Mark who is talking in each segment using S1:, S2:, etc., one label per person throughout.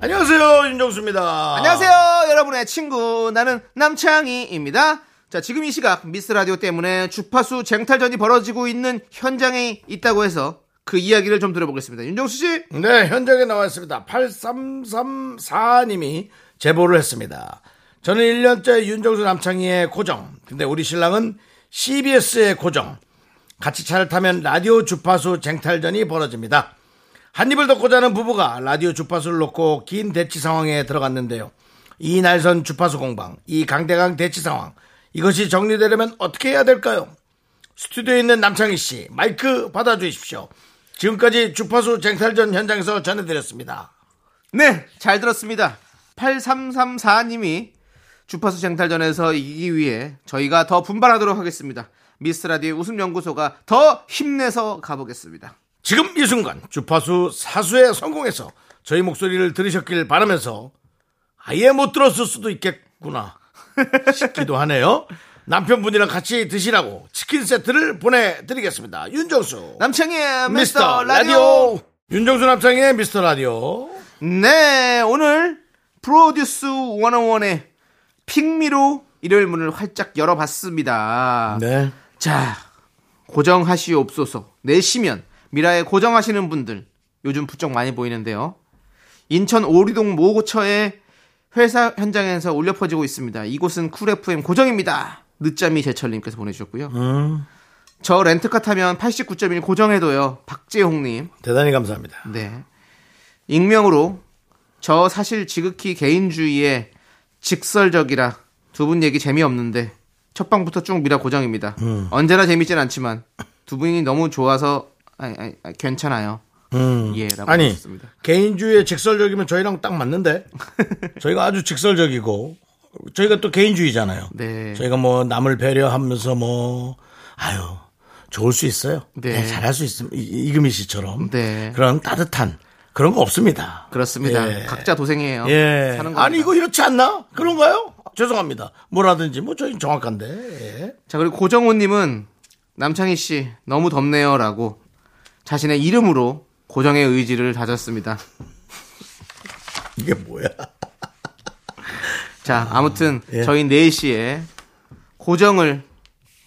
S1: 안녕하세요 윤정수입니다.
S2: 안녕하세요, 여러분의 친구. 나는 남창희입니다. 자, 지금 이 시각 미스 라디오 때문에 주파수 쟁탈전이 벌어지고 있는 현장에 있다고 해서 그 이야기를 좀 들어보겠습니다. 윤정수 씨,
S1: 네 현장에 나와 있습니다. 8334님이 제보를 했습니다. 저는 1년째 윤정수 남창희의 고정. 근데 우리 신랑은 CBS의 고정. 같이 차를 타면 라디오 주파수 쟁탈전이 벌어집니다. 한 입을 덮고 자는 부부가 라디오 주파수를 놓고 긴 대치 상황에 들어갔는데요. 이날선 주파수 공방, 이 강대강 대치 상황. 이것이 정리되려면 어떻게 해야 될까요? 스튜디오에 있는 남창희 씨, 마이크 받아주십시오. 지금까지 주파수 쟁탈전 현장에서 전해드렸습니다.
S2: 네, 잘 들었습니다. 8334님이 주파수 쟁탈전에서 이기기 위해 저희가 더 분발하도록 하겠습니다. 미스 라디오 웃음 연구소가 더 힘내서 가보겠습니다.
S1: 지금 이 순간 주파수 사수에 성공해서 저희 목소리를 들으셨길 바라면서 아예 못 들었을 수도 있겠구나 싶기도 하네요. 남편분이랑 같이 드시라고 치킨 세트를 보내드리겠습니다. 윤정수
S2: 남창희의
S1: 미스터
S2: 라디오.
S1: 라디오 윤정수 남창의 미스터 라디오
S2: 네, 오늘 프로듀스 101의 핑미로 일요일 문을 활짝 열어봤습니다.
S1: 네
S2: 자, 고정하시옵소서. 내시면 미라에 고정하시는 분들 요즘 부쩍 많이 보이는데요. 인천 오리동 모고처의 회사 현장에서 울려 퍼지고 있습니다. 이곳은 쿨 FM 고정입니다. 늦잠이 제철님께서 보내주셨고요. 저 렌트카 타면 89.1 고정해도요. 박재홍님.
S1: 대단히 감사합니다.
S2: 네. 익명으로 저 사실 지극히 개인주의에 직설적이라 두 분 얘기 재미없는데 첫 방부터 쭉 미라 고정입니다.
S1: 음.
S2: 언제나 재밌진 않지만 두 분이 너무 좋아서 아니, 아니, 아니, 괜찮아요. 예라고
S1: 음. 아니
S2: 하셨습니다.
S1: 개인주의에 직설적이면 저희랑 딱 맞는데 저희가 아주 직설적이고 저희가 또 개인주의잖아요.
S2: 네.
S1: 저희가 뭐 남을 배려하면서 뭐 아유 좋을 수 있어요.
S2: 네.
S1: 네, 잘할 수 있음 이- 이금희 씨처럼
S2: 네.
S1: 그런 따뜻한 그런 거 없습니다.
S2: 그렇습니다.
S1: 예.
S2: 각자 도생이에요.
S1: 예.
S2: 사는
S1: 아니
S2: 겁니다.
S1: 이거 이렇지 않나? 그런가요? 죄송합니다. 뭐라든지 뭐 저희 정확한데. 예.
S2: 자 그리고 고정호님은 남창희 씨 너무 덥네요라고 자신의 이름으로 고정의 의지를 다졌습니다.
S1: 이게 뭐야?
S2: 자, 아무튼
S1: 예.
S2: 저희 4시에 고정을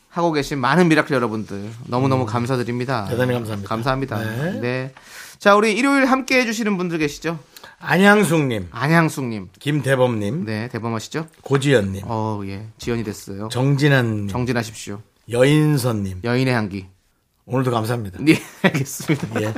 S2: 하고 계신 많은 미라클 여러분들 너무너무 감사드립니다.
S1: 음. 대단히 감사합니다.
S2: 감사합니다. 네.
S1: 네.
S2: 자, 우리 일요일 함께 해주시는 분들 계시죠?
S1: 안양숙님,
S2: 안향숙님.
S1: 김대범님,
S2: 네, 대범하시죠?
S1: 고지연님,
S2: 어, 예. 지연이 됐어요.
S1: 정진환님,
S2: 정진하십시오.
S1: 여인선님
S2: 여인의 향기.
S1: 오늘도 감사합니다.
S2: 네, 알겠습니다.
S1: 예.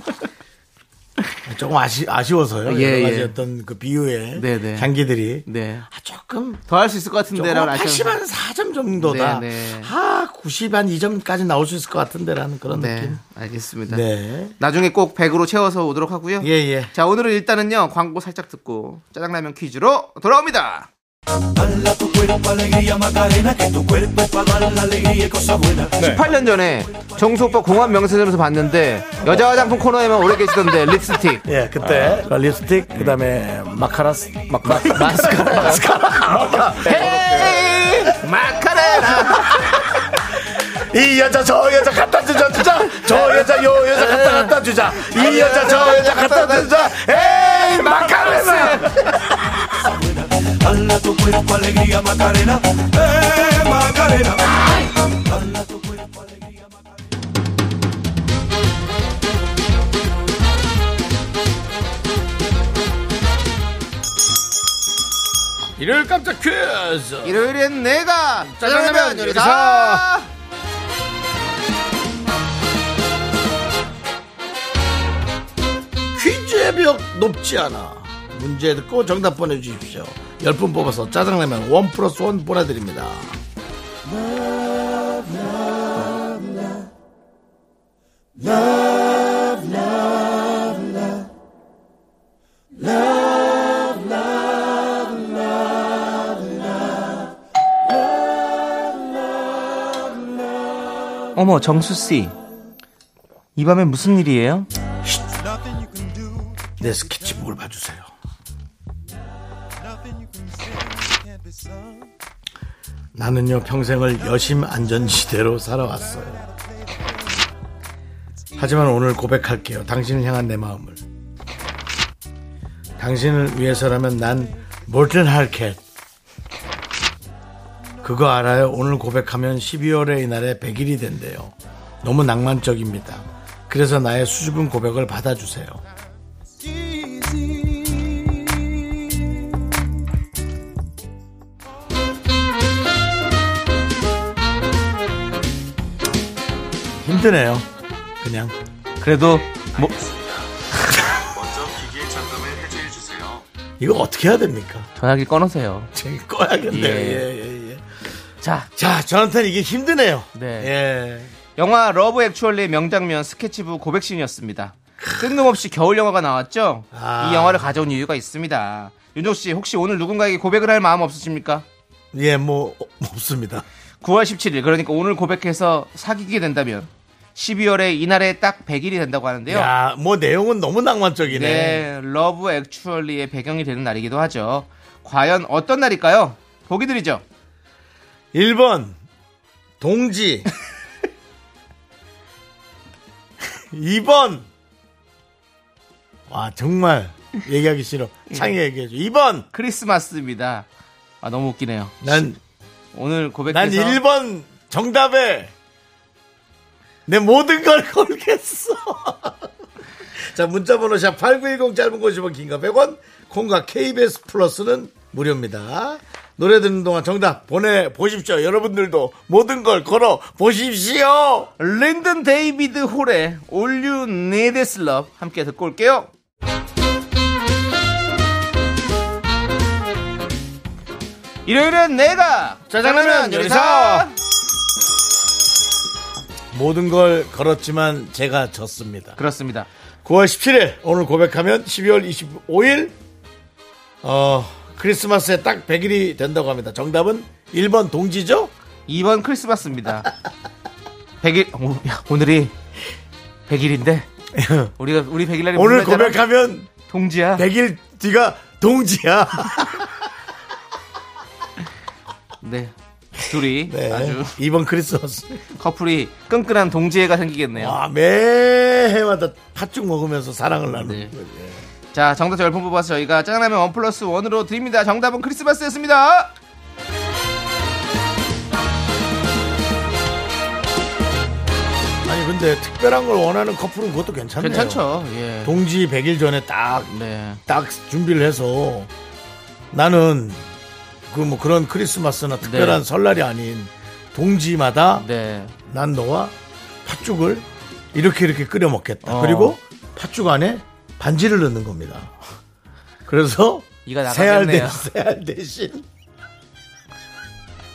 S1: 조금 아쉬, 아쉬워서요.
S2: 예,
S1: 여러 가지
S2: 예.
S1: 어떤 그 비유의
S2: 네, 네.
S1: 향기들이.
S2: 네.
S1: 아, 조금.
S2: 더 할 수 있을 것 같은데, 라고
S1: 80한 4점 정도다.
S2: 네, 네.
S1: 아, 90한 2점까지 나올 수 있을 것 같은데라는 그런
S2: 네,
S1: 느낌.
S2: 알겠습니다.
S1: 네.
S2: 나중에 꼭 100으로 채워서 오도록 하고요.
S1: 예, 예.
S2: 자, 오늘은 일단은요. 광고 살짝 듣고 짜장라면 퀴즈로 돌아옵니다.
S3: 네.
S2: 18년 전에 정수 오빠 공항 명세점에서 봤는데 여자 화장품 코너에만 오래 계시던데 립스틱
S1: 예, 그때 립스틱, 그 다음에 마카라스, 마카, 마스카라.
S2: 헤이 마카레나
S1: 이 여자, 저 여자 갖다 주자, 주자. 저 여자, 요 여자 갖다 갖다 주자. 이 여자, 저 여자 예. 갖다 주자. 에이, 마카라스. 일요일 깜짝 퀴즈.
S2: 일요일엔 내가 짜장라면
S1: 짜장라면
S2: 요리사
S1: 퀴즈의 벽 높지 않아. 문제 듣고 정답 보내주십시오. 10분 뽑아서 짜장라면 원 플러스 원 보내드립니다.
S3: 어머, 정수씨. 이 밤에 무슨 일이에요?
S1: 내 스케치북을 봐주세요. 나는요 평생을 여심 안전지대로 살아왔어요. 하지만 오늘 고백할게요. 당신을 향한 내 마음을. 당신을 위해서라면 난 몰든 할켓. 그거 알아요? 오늘 고백하면 12월의 이날에 100일이 된대요. 너무 낭만적입니다. 그래서 나의 수줍은 고백을 받아주세요. 힘드네요. 그냥.
S3: 그래도, 뭐,
S1: 이거 어떻게 해야 됩니까?
S3: 전화기 꺼놓으세요.
S1: 제 꺼야겠네요.
S3: 예.
S1: 예, 예, 예.
S3: 자,
S1: 자, 저한테는 이게 힘드네요.
S3: 네.
S1: 예.
S2: 영화 러브 액츄얼리의 명장면 스케치북 고백신이었습니다. 뜬금없이 겨울 영화가 나왔죠?
S1: 아.
S2: 이 영화를 가져온 이유가 있습니다. 윤종 씨, 혹시 오늘 누군가에게 고백을 할 마음 없으십니까?
S1: 예, 뭐, 어, 없습니다.
S2: 9월 17일, 그러니까 오늘 고백해서 사귀게 된다면 12월에 이날에 딱 100일이 된다고 하는데요.
S1: 야, 뭐 내용은 너무 낭만적이네.
S2: 네, 러브 액츄얼리의 배경이 되는 날이기도 하죠. 과연 어떤 날일까요? 보기 드리죠.
S1: 1번 동지 2번 와 정말 얘기하기 싫어 창이 얘기해줘 2번
S2: 크리스마스입니다. 아, 너무 웃기네요.
S1: 난,
S2: 오늘 고백해서
S1: 난 1번 정답에 내 모든 걸 걸겠어 자 문자번호 샵8910 짧은 거 50원 긴거 100원 콩과 KBS 플러스는 무료입니다 노래 듣는 동안 정답 보내보십시오 여러분들도 모든 걸 걸어 보십시오
S2: 랜든 데이비드 홀의 All You Need Is Love 함께 듣고 올게요. 일요일엔 내가 짜장라면 요리사
S1: 모든 걸 걸었지만 제가 졌습니다.
S2: 그렇습니다.
S1: 9월 17일 오늘 고백하면 12월 25일 어, 크리스마스에 딱 100일이 된다고 합니다. 정답은 1번 동지죠?
S2: 이번 크리스마스입니다. 100일 오, 야, 오늘이 100일인데 우리가 우리 100일 날이
S1: 오늘
S2: 무슨 날이잖아?
S1: 고백하면
S2: 동지야.
S1: 100일 뒤가 동지야.
S2: 네. 둘이
S1: 네.
S2: 아주
S1: 이번 크리스마스.
S2: 커플이 끈끈한 동지애가 생기겠네요.
S1: 와, 매해마다 팥죽 먹으면서 사랑을 나누는
S2: 네.
S1: 거지.
S2: 자, 정답자 10분 뽑아서 저희가 짜장라면 원 플러스 원으로 드립니다. 정답은 크리스마스였습니다.
S1: 아니 근데 특별한 걸 원하는 커플은 그것도 괜찮네요.
S2: 괜찮죠? 예.
S1: 동지 100일 전에 딱
S2: 네.
S1: 딱 준비를 해서 나는 그 뭐 그런 크리스마스나 특별한
S2: 네.
S1: 설날이 아닌 동지마다
S2: 네.
S1: 난 너와 팥죽을 이렇게 이렇게 끓여 먹겠다.
S2: 어.
S1: 그리고 팥죽 안에 반지를 넣는 겁니다. 그래서
S2: 이가
S1: 새알
S2: 나가겠네요.
S1: 대신, 새알 대신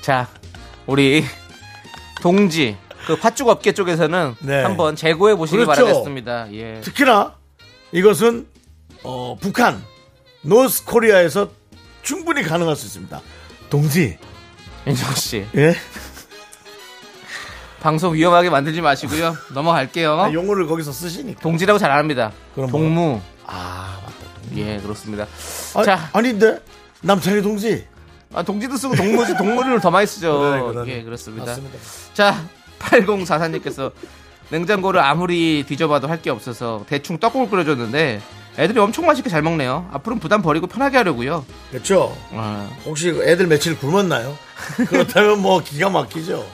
S2: 자, 우리 동지 그 팥죽 업계 쪽에서는
S1: 네.
S2: 한번 재고해 보시기
S1: 그렇죠.
S2: 바라겠습니다. 예.
S1: 특히나 이것은 어, 북한 노스 코리아에서 충분히 가능할 수 있습니다. 동지
S2: 윤정 씨.
S1: 예
S2: 방송 위험하게 만들지 마시고요. 넘어갈게요.
S1: 아, 용어를 거기서 쓰시니까
S2: 동지라고 잘 압니다.
S1: 그럼
S2: 동무.
S1: 아 맞다.
S2: 예, 그렇습니다.
S1: 아,
S2: 자,
S1: 아닌데 남창희 동지
S2: 아, 동지도 쓰고 동무지 동물을 더 많이 쓰죠.
S1: 그러네, 그러네.
S2: 예, 그렇습니다.
S1: 맞습니다.
S2: 자, 8044님께서 냉장고를 아무리 뒤져봐도 할 게 없어서 대충 떡국을 끓여줬는데 애들이 엄청 맛있게 잘 먹네요. 앞으로는 부담 버리고 편하게 하려고요.
S1: 그렇죠.
S2: 아,
S1: 혹시 애들 며칠 굶었나요? 그렇다면 뭐 기가 막히죠.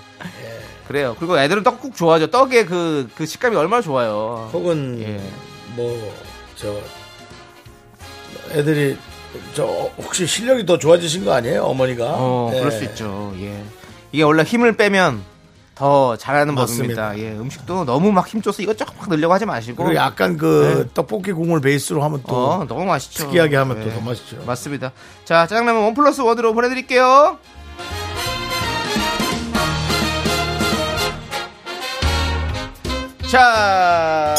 S2: 그래요. 그리고 애들은 떡국 좋아하죠. 떡의 그, 그 식감이 얼마나 좋아요.
S1: 혹은
S2: 예.
S1: 뭐 저 애들이 저 혹시 실력이 더 좋아지신 거 아니에요, 어머니가?
S2: 어,
S1: 예.
S2: 그럴 수 있죠. 예. 이게 원래 힘을 빼면 더 잘하는
S1: 맞습니다.
S2: 법입니다. 예, 음식도 너무 막 힘줘서 이것저것 막 넣으려고 하지 마시고.
S1: 그리고 약간 그 떡볶이 국물 베이스로 하면 또
S2: 네. 어, 너무 맛있죠. 네.
S1: 특이하게 하면 또더 맛있죠.
S2: 맞습니다. 자, 짜장라면 원 플러스 원으로 보내드릴게요. 자,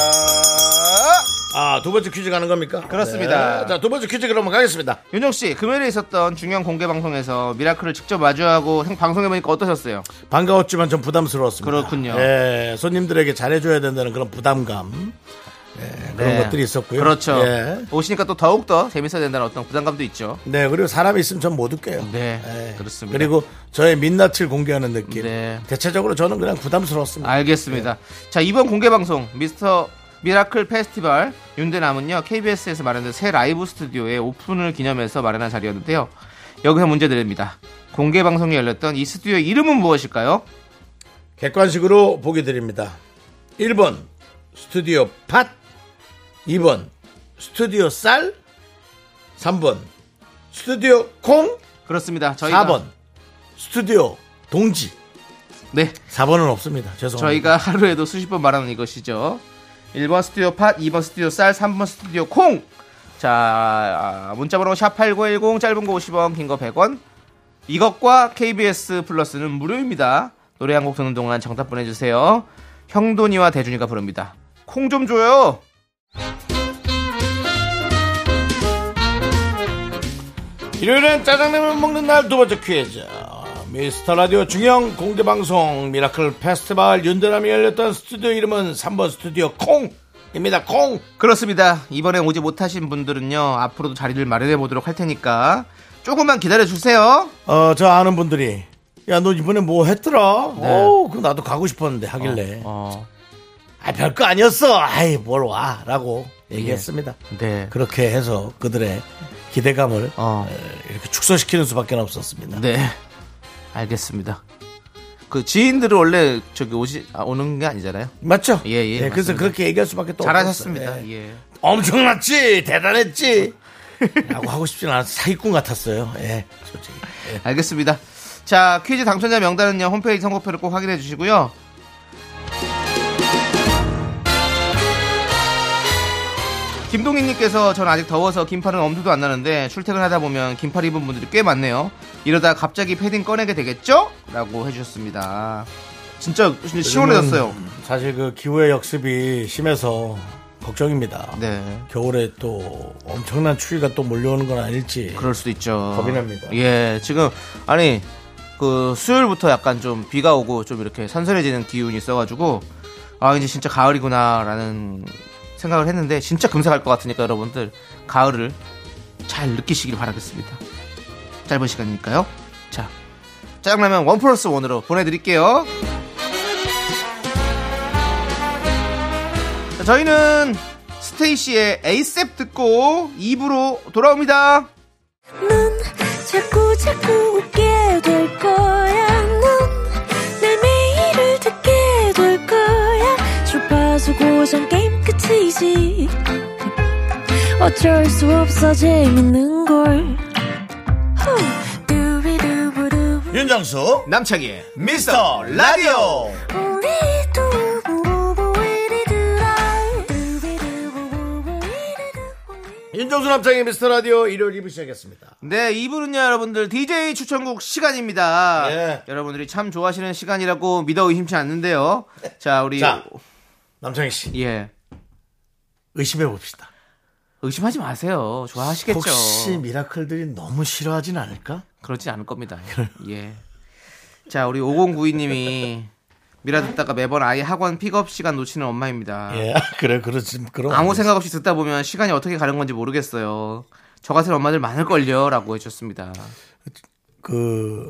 S1: 아, 아, 두 번째 퀴즈 가는 겁니까?
S2: 그렇습니다.
S1: 네. 자, 두 번째 퀴즈 그러면 가겠습니다.
S2: 윤정 씨, 금요일에 있었던 중요한 공개 방송에서 미라클을 직접 마주하고 생- 방송해보니까 어떠셨어요?
S1: 반가웠지만 좀 부담스러웠습니다.
S2: 그렇군요.
S1: 예, 손님들에게 잘해줘야 된다는 그런 부담감. 예, 그런
S2: 네.
S1: 것들이 있었고요.
S2: 그렇죠.
S1: 예.
S2: 오시니까 또 더욱더 재밌어야 된다는 어떤 부담감도 있죠.
S1: 네, 그리고 사람이 있으면 전 못 웃겨요.
S2: 네,
S1: 예.
S2: 그렇습니다.
S1: 그리고 저의 민낯을 공개하는 느낌.
S2: 네. 아.
S1: 대체적으로 저는 그냥 부담스러웠습니다.
S2: 알겠습니다. 자, 이번 공개 방송 미스터 미라클 페스티벌 윤대남은요. KBS에서 마련된 새 라이브 스튜디오의 오픈을 기념해서 마련한 자리였는데요. 여기서 문제 드립니다. 공개 방송이 열렸던 이 스튜디오의 이름은 무엇일까요?
S1: 객관식으로 보기 드립니다. 1번 스튜디오 팟, 2번 스튜디오 쌀, 3번 스튜디오 콩,
S2: 그렇습니다. 저희가
S1: 4번 스튜디오 동지.
S2: 네.
S1: 4번은 없습니다. 죄송합니다.
S2: 저희가 하루에도 수십 번 말하는 이것이죠. 1번 스튜디오 팟, 2번 스튜디오 쌀, 3번 스튜디오 콩. 자, 아, 문자번호 샵8910 짧은 거 50원, 긴 거 100원. 이것과 KBS 플러스는 무료입니다. 노래 한 곡 듣는 동안 정답 보내주세요. 형돈이와 대준이가 부릅니다. 콩 좀 줘요.
S1: 일요일엔 짜장라면 먹는 날 두 번째 퀴즈. 미스터 라디오 중형 공개 방송 미라클 페스티벌 윤대남이 열렸던 스튜디오 이름은 3번 스튜디오 콩입니다. 콩.
S2: 그렇습니다. 이번에 오지 못하신 분들은요. 앞으로도 자리를 마련해 보도록 할 테니까 조금만 기다려 주세요.
S1: 어, 저 아는 분들이 야, 너 이번에 뭐 했더라? 어, 그럼 나도 가고 싶었는데 하길래.
S2: 네. 어,
S1: 아, 별거 아니었어. 아이, 뭘 와. 라고
S2: 예.
S1: 얘기했습니다.
S2: 네.
S1: 그렇게 해서 그들의 기대감을
S2: 어.
S1: 에, 이렇게 축소시키는 수밖에 없었습니다.
S2: 네. 알겠습니다. 그 지인들은 원래 저기 오시 아, 오는 게 아니잖아요.
S1: 맞죠?
S2: 예, 예,
S1: 그래서
S2: 맞습니다.
S1: 그렇게 얘기할 수밖에 또
S2: 잘하셨습니다.
S1: 없었어요. 예.
S2: 예.
S1: 엄청났지 대단했지 라고 하고 싶진 않아서 사기꾼 같았어요 예 솔직히 예.
S2: 네, 알겠습니다. 자, 퀴즈 당첨자 명단은요. 홈페이지 선곡표를 꼭 확인해 주시고요. 김동희님께서 전 아직 더워서 긴팔은 엄두도 안 나는데 출퇴근하다 보면 긴팔 입은 분들이 꽤 많네요. 이러다 갑자기 패딩 꺼내게 되겠죠? 라고 해주셨습니다. 진짜 진짜 시원해졌어요.
S1: 사실 그 기후의 역습이 심해서 걱정입니다
S2: 네.
S1: 겨울에 또 엄청난 추위가 또 몰려오는 건 아닐지
S2: 그럴 수도
S1: 예.
S2: 있죠.
S1: 겁이 납니다.
S2: 예, 지금 아니 그 수요일부터 약간 좀 비가 오고 좀 이렇게 선선해지는 기운이 있어가지고 아 이제 진짜 가을이구나라는 생각을 했는데 진짜 금세 갈 것 같으니까 여러분들 가을을 잘 느끼시길 바라겠습니다. 짧은 시간이니까요. 자, 짜장라면 원 플러스 원으로 보내드릴게요. 자, 저희는 스테이시의 에이셉 듣고 2부로 돌아옵니다.
S4: 넌 자꾸 자꾸 웃게 될 거야. 넌내 매일을 듣게 될 거야. 주파수 고정 게임 끝이지. 어쩔 수 없어 재밌는 걸. 후. 두비두부두.
S1: 윤정수
S2: 남창희의
S1: 미스터 라디오
S4: 우리 두부부부 우리 두라. 두비두부부부 우리 두부부.
S1: 윤정수 남창의 미스터 라디오 일요일 2부 시작했습니다
S2: 네, 이분은요, 여러분들, DJ 추천곡 시간입니다.
S1: 예.
S2: 여러분들이 참 좋아하시는 시간이라고 믿어 의심치 않는데요. 자, 우리.
S1: 자. 남창희씨
S2: 예.
S1: 의심해봅시다
S2: 의심하지 마세요. 좋아하시겠죠.
S1: 혹시 미라클들이 너무 싫어하진 않을까?
S2: 그러진 않을 겁니다. 예. 자, 우리 5092님이 미라 듣다가 매번 아이 학원 픽업 시간 놓치는 엄마입니다.
S1: 예 그래 그렇지 그럼
S2: 아. 아무 생각 없이 듣다 보면 시간이 어떻게 가는 건지 모르겠어요. 저 같은 엄마들 많을걸요. 라고 해주셨습니다.
S1: 그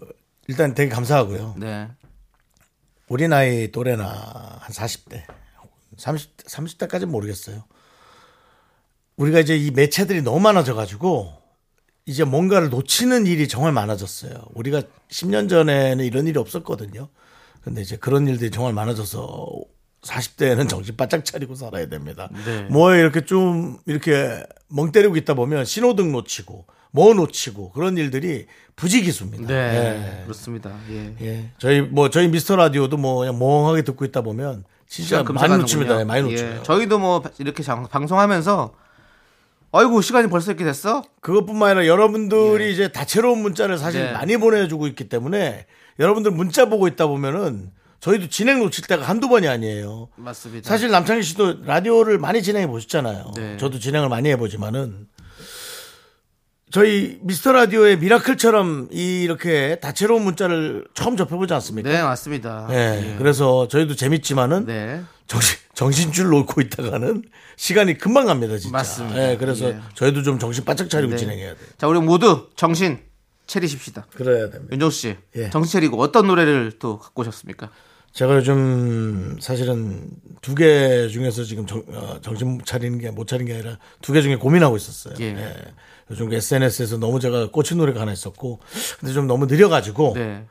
S1: 일단 되게 감사하고요
S2: 네.
S1: 우리 나이 또래나 한 40대, 30, 30대까지는 모르겠어요. 우리가 이제 이 매체들이 너무 많아져가지고 이제 뭔가를 놓치는 일이 정말 많아졌어요. 우리가 10년 전에는 이런 일이 없었거든요. 근데 이제 그런 일들이 정말 많아져서 40대에는 정신 바짝 차리고 살아야 됩니다. 뭐에 이렇게 좀 이렇게 멍 때리고 있다 보면 신호등 놓치고 뭐 놓치고 그런 일들이 부지기수입니다. 예.
S2: 네. 그렇습니다. 예.
S1: 예. 저희 뭐 저희 미스터 라디오도 뭐 그냥 멍하게 듣고 있다 보면 진짜
S2: 시간
S1: 많이
S2: 금방
S1: 놓칩니다. 예,
S2: 가는군요.
S1: 많이
S2: 예,
S1: 놓쳐요.
S2: 저희도 뭐 이렇게 장- 방송하면서 아이고 시간이 벌써 이렇게 됐어?
S1: 그것뿐만 아니라 여러분들이 이제 다채로운 문자를 사실
S2: 예. 네.
S1: 많이 보내주고 있기 때문에 여러분들 문자 보고 있다 보면은 저희도 진행 놓칠 때가 한두 번이 아니에요.
S2: 맞습니다.
S1: 사실 남창희 씨도 라디오를 많이 진행해 보셨잖아요.
S2: 네.
S1: 저도 진행을 많이 해보지만은 저희 미스터 라디오의 미라클처럼 이렇게 다채로운 문자를 처음 접해보지 않습니까?
S2: 네, 맞습니다.
S1: 예,
S2: 예.
S1: 그래서 저희도 재밌지만은
S2: 네.
S1: 정신, 정신줄 놓고 있다가는 시간이 금방 갑니다, 진짜.
S2: 맞습니다.
S1: 예, 그래서
S2: 예.
S1: 저희도 좀 정신 바짝 차리고
S2: 네.
S1: 진행해야 돼요.
S2: 자, 우리 모두 정신 차리십시다.
S1: 그래야 됩니다.
S2: 윤정수 씨,
S1: 예.
S2: 정신 차리고 어떤 노래를 또 갖고 오셨습니까?
S1: 제가 요즘 사실은 두 개 중에서 지금 정, 어, 정신 차리는 게 못 차린 게 아니라 두 개 중에 고민하고 있었어요.
S2: 예.
S1: 요즘 그 SNS에서 너무 제가 꽂힌 노래가 하나 있었고, 근데 좀 너무 느려가지고
S2: 네.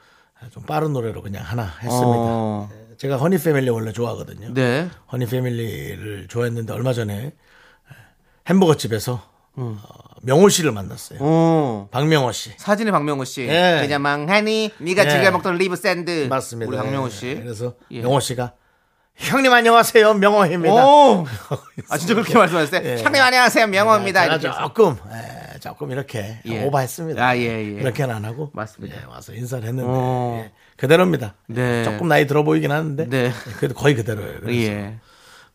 S1: 좀 빠른 노래로 그냥 하나 했습니다.
S2: 어,
S1: 제가 허니 패밀리 원래 좋아하거든요.
S2: 네.
S1: 허니 패밀리를 좋아했는데 얼마 전에 햄버거 집에서
S2: 음.
S1: 어, 명호 씨를 만났어요.
S2: 어.
S1: 박명호 씨.
S2: 사진의 박명호 씨.
S1: 예.
S2: 그냥 망하니 네가
S1: 예.
S2: 즐겨 먹던 리브 샌드.
S1: 맞습니다.
S2: 네, 우리 박명호
S1: 예,
S2: 씨.
S1: 그래서
S2: 예.
S1: 명호 씨가 형님 안녕하세요. 명호입니다. 예.
S2: 오! 아 진짜 그렇게 말씀하셨어요? 형님 안녕하세요. 명호입니다.
S1: 제가
S2: 이렇게 해서.
S1: 조금 예, 조금 이렇게
S2: 예.
S1: 오버했습니다.
S2: 아, 예, 예.
S1: 그렇게는 안 하고
S2: 맞습니다.
S1: 예, 와서 인사를 했는데
S2: 어.
S1: 예, 그대로입니다.
S2: 네.
S1: 조금 나이 들어 보이긴 하는데 예,
S2: 네.
S1: 그래도 거의 그대로예요. 그래서
S2: 예.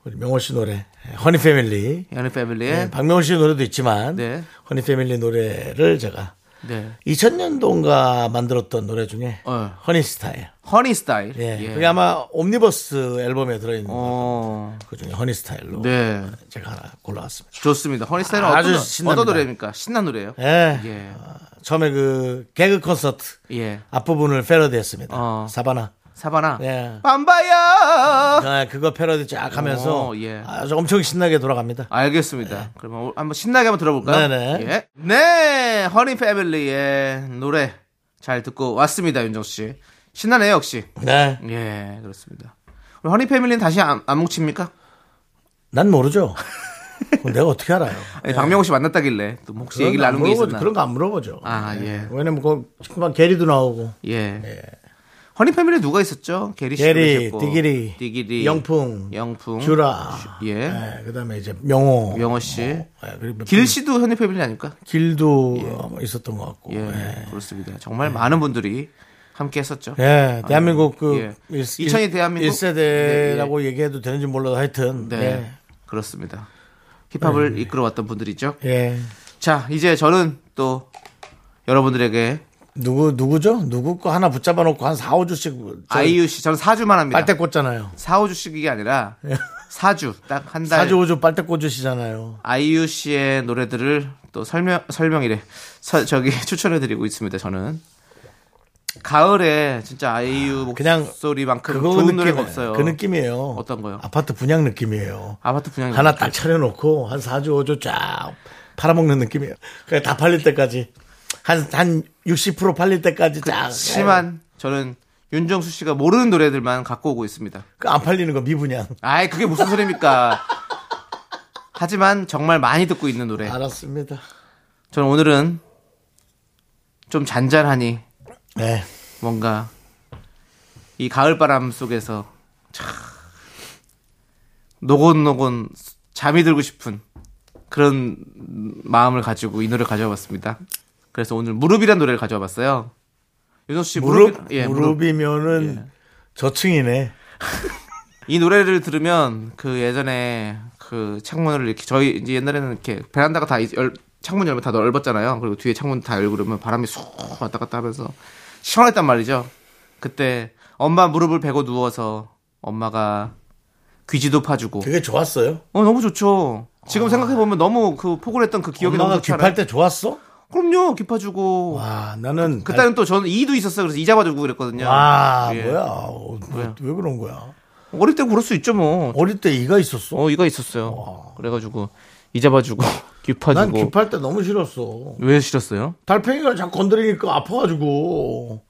S1: 우리 명호 씨 노래 허니 패밀리
S2: 연애 패밀리의
S1: 박명호 씨 노래도 있지만
S2: 네.
S1: 허니 패밀리 노래를 제가
S2: 네.
S1: 2000년도인가 만들었던 노래 중에
S2: 어.
S1: 허니 스타일.
S2: 허니 스타일.
S1: 예.
S2: 예.
S1: 그게 아마 옴니버스 앨범에 들어있는
S2: 어.
S1: 그 중에 허니 스타일로
S2: 네.
S1: 제가 하나 골라왔습니다.
S2: 좋습니다. 허니 스타일은
S1: 아주
S2: 어떤, 노-
S1: 신납니다.
S2: 어떤 노래입니까? 신난 노래예요.
S1: 예.
S2: 예.
S1: 어, 처음에 그 개그 콘서트
S2: 예.
S1: 앞부분을 패러디 했습니다.
S2: 어.
S1: 사바나.
S2: 사바나.
S1: 예.
S2: 밤바야.
S1: 아, 그거 패러디 쫙 하면서
S2: 어, 예.
S1: 아주 엄청 신나게 돌아갑니다.
S2: 알겠습니다. 그러면 오- 한번 신나게 한번 들어볼까요?
S1: 예. 네네.
S2: 예. 네, 허니 패밀리의 노래 잘 듣고 왔습니다, 윤정수 씨. 신나네요, 역시.
S1: 네.
S2: 예, 그렇습니다. 우리 허니 패밀리는 다시 안, 안 뭉칩니까?
S1: 난 모르죠. 그건 내가 어떻게 알아요?
S2: 아니, 예, 박명호 씨 만났다길래 또 혹시 얘기를 나눈
S1: 네.
S2: 게
S1: 물어보죠.
S2: 있었나?
S1: 그런 거 안 물어보죠.
S2: 아, 예.
S1: 왜냐면 그 금방 게리도 나오고
S2: 예. 허니 패밀리 누가 있었죠? 게리 씨.
S1: 네. 게리, 디기리,
S2: 디기리,
S1: 영풍,
S2: 영풍,
S1: 쥬라,
S2: 예.
S1: 예, 그다음에 이제 명호,
S2: 영호 씨,
S1: 예, 그리고 몇
S2: 길
S1: 분-
S2: 씨도 허니 패밀리 아닐까?
S1: 길도 어, 있었던 것 같고,
S2: 예,
S1: 예,
S2: 그렇습니다. 정말 많은 분들이 함께 했었죠.
S1: 예, 대한민국 그
S2: 예. 2002 대한민국? 예.
S1: 1세대라고 얘기해도 되는지 몰라도 하여튼
S2: 네. 그렇습니다. 힙합을 이끌어왔던 분들이죠.
S1: 네. 예. 예.
S2: 자, 이제 저는 또 여러분들에게
S1: 누구 누구죠? 누구 거 하나 붙잡아 놓고 한 4, 5주씩
S2: 아이유 씨, 저는 4주만 합니다.
S1: 빨대 예. 꽂잖아요.
S2: 4, 5주씩이 아니라 4주, 딱 한 달.
S1: 4주 5주 빨대 꽂으시잖아요.
S2: 아이유 씨의 노래들을 또 설명, 설명이래. 서- 저기 추천해드리고 있습니다, 저는. 가을에 진짜 아이유
S1: 그냥
S2: 목소리만큼
S1: 그거
S2: 좋은 노래가
S1: 느낌
S2: 없어요.
S1: 그 느낌이에요.
S2: 어떤 거요?
S1: 아파트 분양 느낌이에요.
S2: 아파트 분양이
S1: 하나 딱 차려놓고 한 4주, 5주 쫙 팔아먹는 느낌이에요. 그냥 다 팔릴 때까지. 한, 한 60% 팔릴 때까지 쫙.
S2: 그 심한 저는 윤정수 씨가 모르는 노래들만 갖고 오고 있습니다.
S1: 그안 팔리는 거 미분양.
S2: 아이 그게 무슨 소리입니까? 하지만 정말 많이 듣고 있는 노래.
S1: 아. 알았습니다.
S2: 저는 오늘은 좀 잔잔하니
S1: 네.
S2: 뭔가 이 가을 바람 속에서 참 노곤노곤 잠이 들고 싶은 그런 마음을 가지고 이 노래 를 가져와봤습니다. 그래서 오늘 무릎이란 노래를 가져와봤어요. 윤정 씨
S1: 무릎?
S2: 무릎 예 무릎
S1: 무릎이면은 저층이네.
S2: 이 노래를 들으면 그 예전에 그 창문을 이렇게 저희 이제 옛날에는 이렇게 베란다가 다 이제 열, 창문 열면 다 넓었잖아요. 그리고 뒤에 창문 다 열고 그러면 바람이 쏙 왔다 갔다 하면서 시원했단 말이죠. 그때 엄마 무릎을 베고 누워서 엄마가 귀지도 파주고
S1: 그게 좋았어요.
S2: 어 너무 좋죠. 지금 생각해 보면 너무 그 포근했던 그 기억이
S1: 엄마가
S2: 너무
S1: 귀팔
S2: 좋잖아요.
S1: 때 좋았어?
S2: 그럼요, 귀 파주고.
S1: 와, 나는.
S2: 그때는 또 저는 이도 있었어요. 그래서 이 잡아주고 그랬거든요.
S1: 와,
S2: 예.
S1: 뭐야. 어, 뭐, 왜 그런 거야?
S2: 어릴 때 그럴 수 있죠 뭐.
S1: 어릴 때 이가 있었어.
S2: 어, 이가 있었어요. 그래가지고 이 잡아주고 귀
S1: 난
S2: 파주고
S1: 귀팔 때 너무 싫었어.
S2: 왜 싫었어요?
S1: 달팽이가 자꾸 건드리니까 아파가지고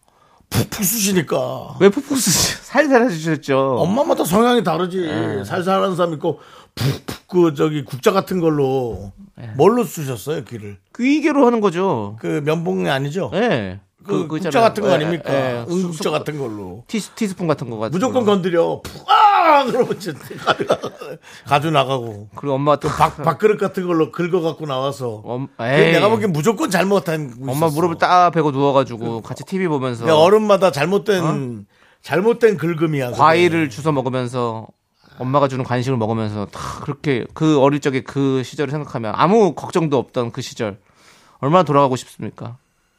S1: 푹푹 쑤시니까
S2: 왜 푹푹 쓰 살살 해주셨죠?
S1: 엄마마다 성향이 다르지
S2: 예.
S1: 살살하는 사람 있고 푹푹 그 저기 국자 같은 걸로
S2: 예.
S1: 뭘로 쑤셨어요 귀를
S2: 귀개로 하는 거죠.
S1: 그 면봉이 아니죠
S2: 예.
S1: 그, 국자
S2: 있잖아요.
S1: 같은 거
S2: 예,
S1: 아닙니까
S2: 예, 예.
S1: 응국자 같은 걸로
S2: 티, 티스푼 같은 거 같은
S1: 무조건
S2: 거.
S1: 건드려 푹아 그러면 진짜 가져 나가- 가져 나가고
S2: 그리고 엄마 또
S1: 밥, 밥그릇 같은 걸로 긁어갖고 나와서
S2: 엄,
S1: 그게
S2: 에이.
S1: 내가 보기엔 무조건 잘못한 거
S2: 엄마 어.
S1: 있었어. 그
S2: 무릎을 따 베고 누워가지고 같이 TV 보면서
S1: 근데 어른마다 잘못된 잘못된 긁음이야. 그게.
S2: 과일을 주워 먹으면서 엄마가 주는 간식을 먹으면서 다 그렇게 그 어릴 적에 그 시절을 생각하면 아무 걱정도 없던 그 시절 얼마나 돌아가고 싶습니까?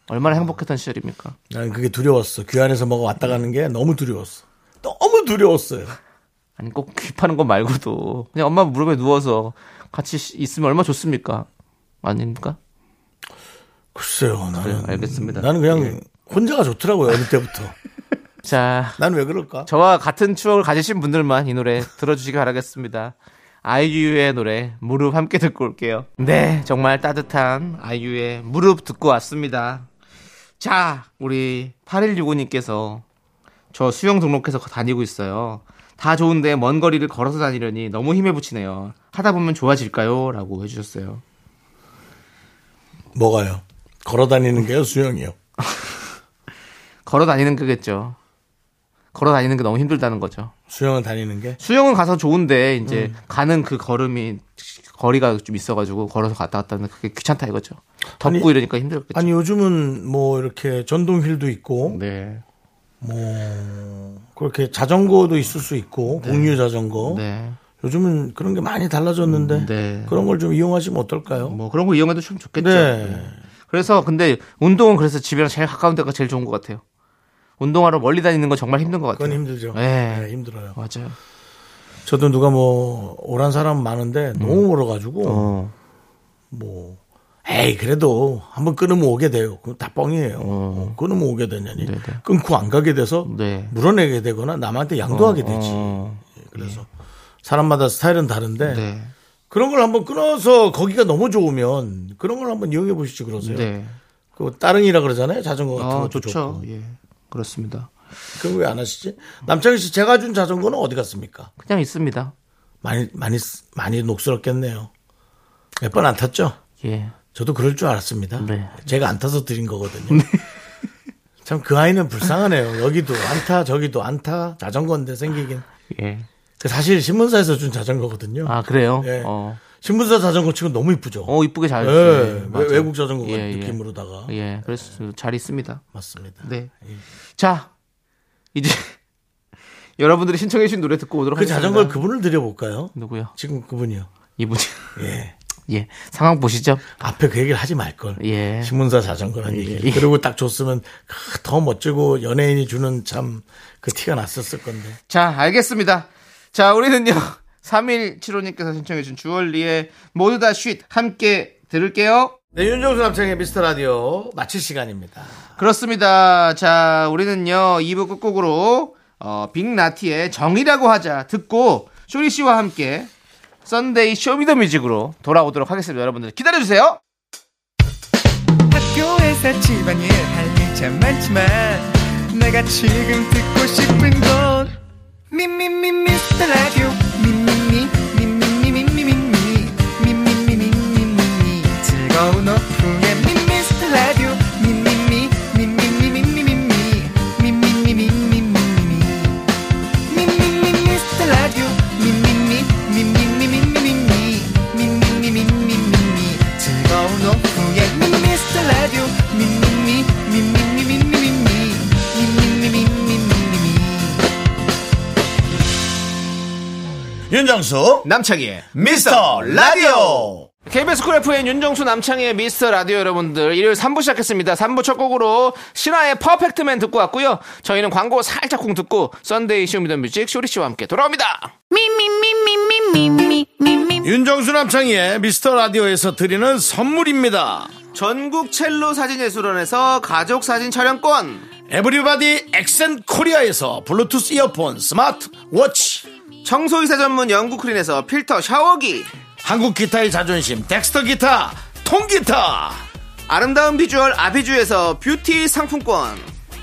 S2: 얼마나 행복했던 시절입니까?
S1: 나는 그게 두려웠어. 귀 안에서 먹어 왔다 가는 게 너무 두려웠어. 너무 두려웠어요.
S2: 아니 꼭 귀파는 것 말고도 그냥 엄마 무릎에 누워서 같이 시- 있으면 얼마나 좋습니까? 아닙니까? 네,
S1: 글쎄요, 나는
S2: 알겠습니다.
S1: 음,
S2: 예.
S1: 나는 그냥 혼자가 좋더라고요 어릴 때부터.
S2: 자
S1: 난 왜 그럴까?
S2: 저와 같은 추억을 가지신 분들만 이 노래 들어주시기 바라겠습니다. 아이유의 노래 무릎 함께 듣고 올게요. 네, 정말 따뜻한 아이유의 무릎 듣고 왔습니다. 자, 우리 8165님께서 저 수영 등록해서 다니고 있어요. 다 좋은데 먼 거리를 걸어서 다니려니 너무 힘에 부치네요. 하다 보면 좋아질까요? 라고 해주셨어요.
S1: 뭐가요? 걸어 다니는 게요, 수영이요.
S2: 걸어 다니는 거겠죠. 걸어 다니는 게 너무 힘들다는 거죠.
S1: 수영을 다니는 게
S2: 수영은 가서 좋은데 이제
S1: 음.
S2: 가는 그 걸음이 거리가 좀 있어가지고 걸어서 갔다 왔다 하면 그게 귀찮다 이거죠. 덥고
S1: 아니,
S2: 이러니까 힘들었겠죠.
S1: 아니 요즘은 뭐 이렇게 전동 휠도 있고
S2: 네.
S1: 뭐 그렇게 자전거도 있을 수 있고 공유 자전거.
S2: 네.
S1: 요즘은 그런 게 많이 달라졌는데
S2: 네.
S1: 그런 걸 좀 이용하시면 어떨까요?
S2: 뭐 그런 거 이용해도 참 좋겠죠.
S1: 네.
S2: 그래서 근데 운동은 그래서 집이랑 제일 가까운 데가 제일 좋은 것 같아요. 운동하러 멀리 다니는 건 정말 힘든 것 같아요.
S1: 그건 힘들죠.
S2: 네.
S1: 네, 힘들어요.
S2: 맞아요.
S1: 저도 누가 뭐 오란 사람 많은데 너무 멀어가지고
S2: 음. 어.
S1: 뭐 에이 그래도 한번 끊으면 오게 돼요. 그건 다 뻥이에요. 어, 끊으면 오게 되냐니 끊고 안 가게 돼서
S2: 네.
S1: 물어내게 되거나 남한테 양도하게
S2: 어,
S1: 되지. 예, 그래서 사람마다 스타일은 다른데
S2: 네.
S1: 그런 걸 한번 끊어서 거기가 너무 좋으면 그런 걸 한번 이용해 보시지 그러세요.
S2: 네.
S1: 그 따릉이라 그러잖아요. 자전거 같은
S2: 아,
S1: 것도
S2: 좋죠.
S1: 좋고.
S2: 예. 그렇습니다.
S1: 그거 왜 안 하시지? 남창희 씨 제가 준 자전거는 어디 갔습니까?
S2: 그냥 있습니다.
S1: 많이 많이 쓰- 많이 녹슬었겠네요. 몇 번 안 탔죠?
S2: 예.
S1: 저도 그럴 줄 알았습니다.
S2: 네.
S1: 제가 안 타서 드린 거거든요. 참 그 아이는 불쌍하네요. 여기도 안 타, 저기도 안 타. 자전거인데 생기긴.
S2: 예.
S1: 그 사실 신문사에서 준 자전거거든요.
S2: 아, 그래요?
S1: 예.
S2: 어.
S1: 신문사 자전거 치고 너무 이쁘죠.
S2: 어, 이쁘게 잘
S1: 예,
S2: 해주시네.
S1: 외-
S2: 맞아요.
S1: 외국 자전거
S2: 예, 예.
S1: 느낌으로다가
S2: 예, 그래서 잘 있습니다.
S1: 맞습니다.
S2: 네.
S1: 예.
S2: 자, 이제 여러분들이 신청해주신 노래 듣고 오도록
S1: 그
S2: 하겠습니다.
S1: 자전거 그분을 드려볼까요?
S2: 누구요?
S1: 지금 그분이요.
S2: 이분이.
S1: 예.
S2: 예, 상황 보시죠.
S1: 앞에 그 얘기를 하지 말걸.
S2: 예.
S1: 신문사 자전거란 얘기.
S2: 예.
S1: 그리고 딱 줬으면 크, 더 멋지고 연예인이 주는 참 그 티가 났었을 건데.
S2: 자, 알겠습니다. 자, 우리는요. 3175님께서 신청해준 주얼리의 모두 다 쉿 함께 들을게요.
S1: 네, 윤정수 남창의 미스터 라디오 마칠 시간입니다.
S2: 그렇습니다. 자, 우리는요. 2부 끝곡으로 어, 빅나티의 정이라고 하자 듣고 쇼리 씨와 함께 썬데이 쇼미더뮤직으로 돌아오도록 하겠습니다. 여러분들 기다려주세요.
S5: 학교에서 집안일 할 일 참 많지만 내가 지금 듣고 싶은 건 미미미 미스터 라디오 미미미 미미미미미미 미미미미미미 즐거운 오후에 미스터 라디오 미미미 미미미미미미 미미미미미미 미미미 미스터 라디오 미미미 미미미미미미 미미미미미미 즐거운 오후에 미스터 라디오 미미미 미미미미미미 미미미미미미
S1: 윤정수
S2: 남창희의
S1: 미스터 라디오
S2: KBS 쿨 FM의 윤정수 남창희의 미스터 라디오 여러분들 일요일 3부 시작했습니다. 3부 첫 곡으로 신화의 퍼펙트맨 듣고 왔고요. 저희는 광고 살짝쿵 듣고 썬데이 쇼미더뮤직 쇼리 씨와 함께 돌아옵니다.
S1: 윤정수 남창희의 미스터 라디오에서 드리는 선물입니다.
S2: 전국 첼로 사진예술원에서 가족 사진 촬영권,
S1: 에브리바디 엑센 코리아에서 블루투스 이어폰 스마트 워치
S2: 청소이사 전문 영국 크린에서 필터 샤워기,
S1: 한국 기타의 자존심 덱스터 기타 통기타
S2: 아름다운 비주얼 아비주에서 뷰티 상품권,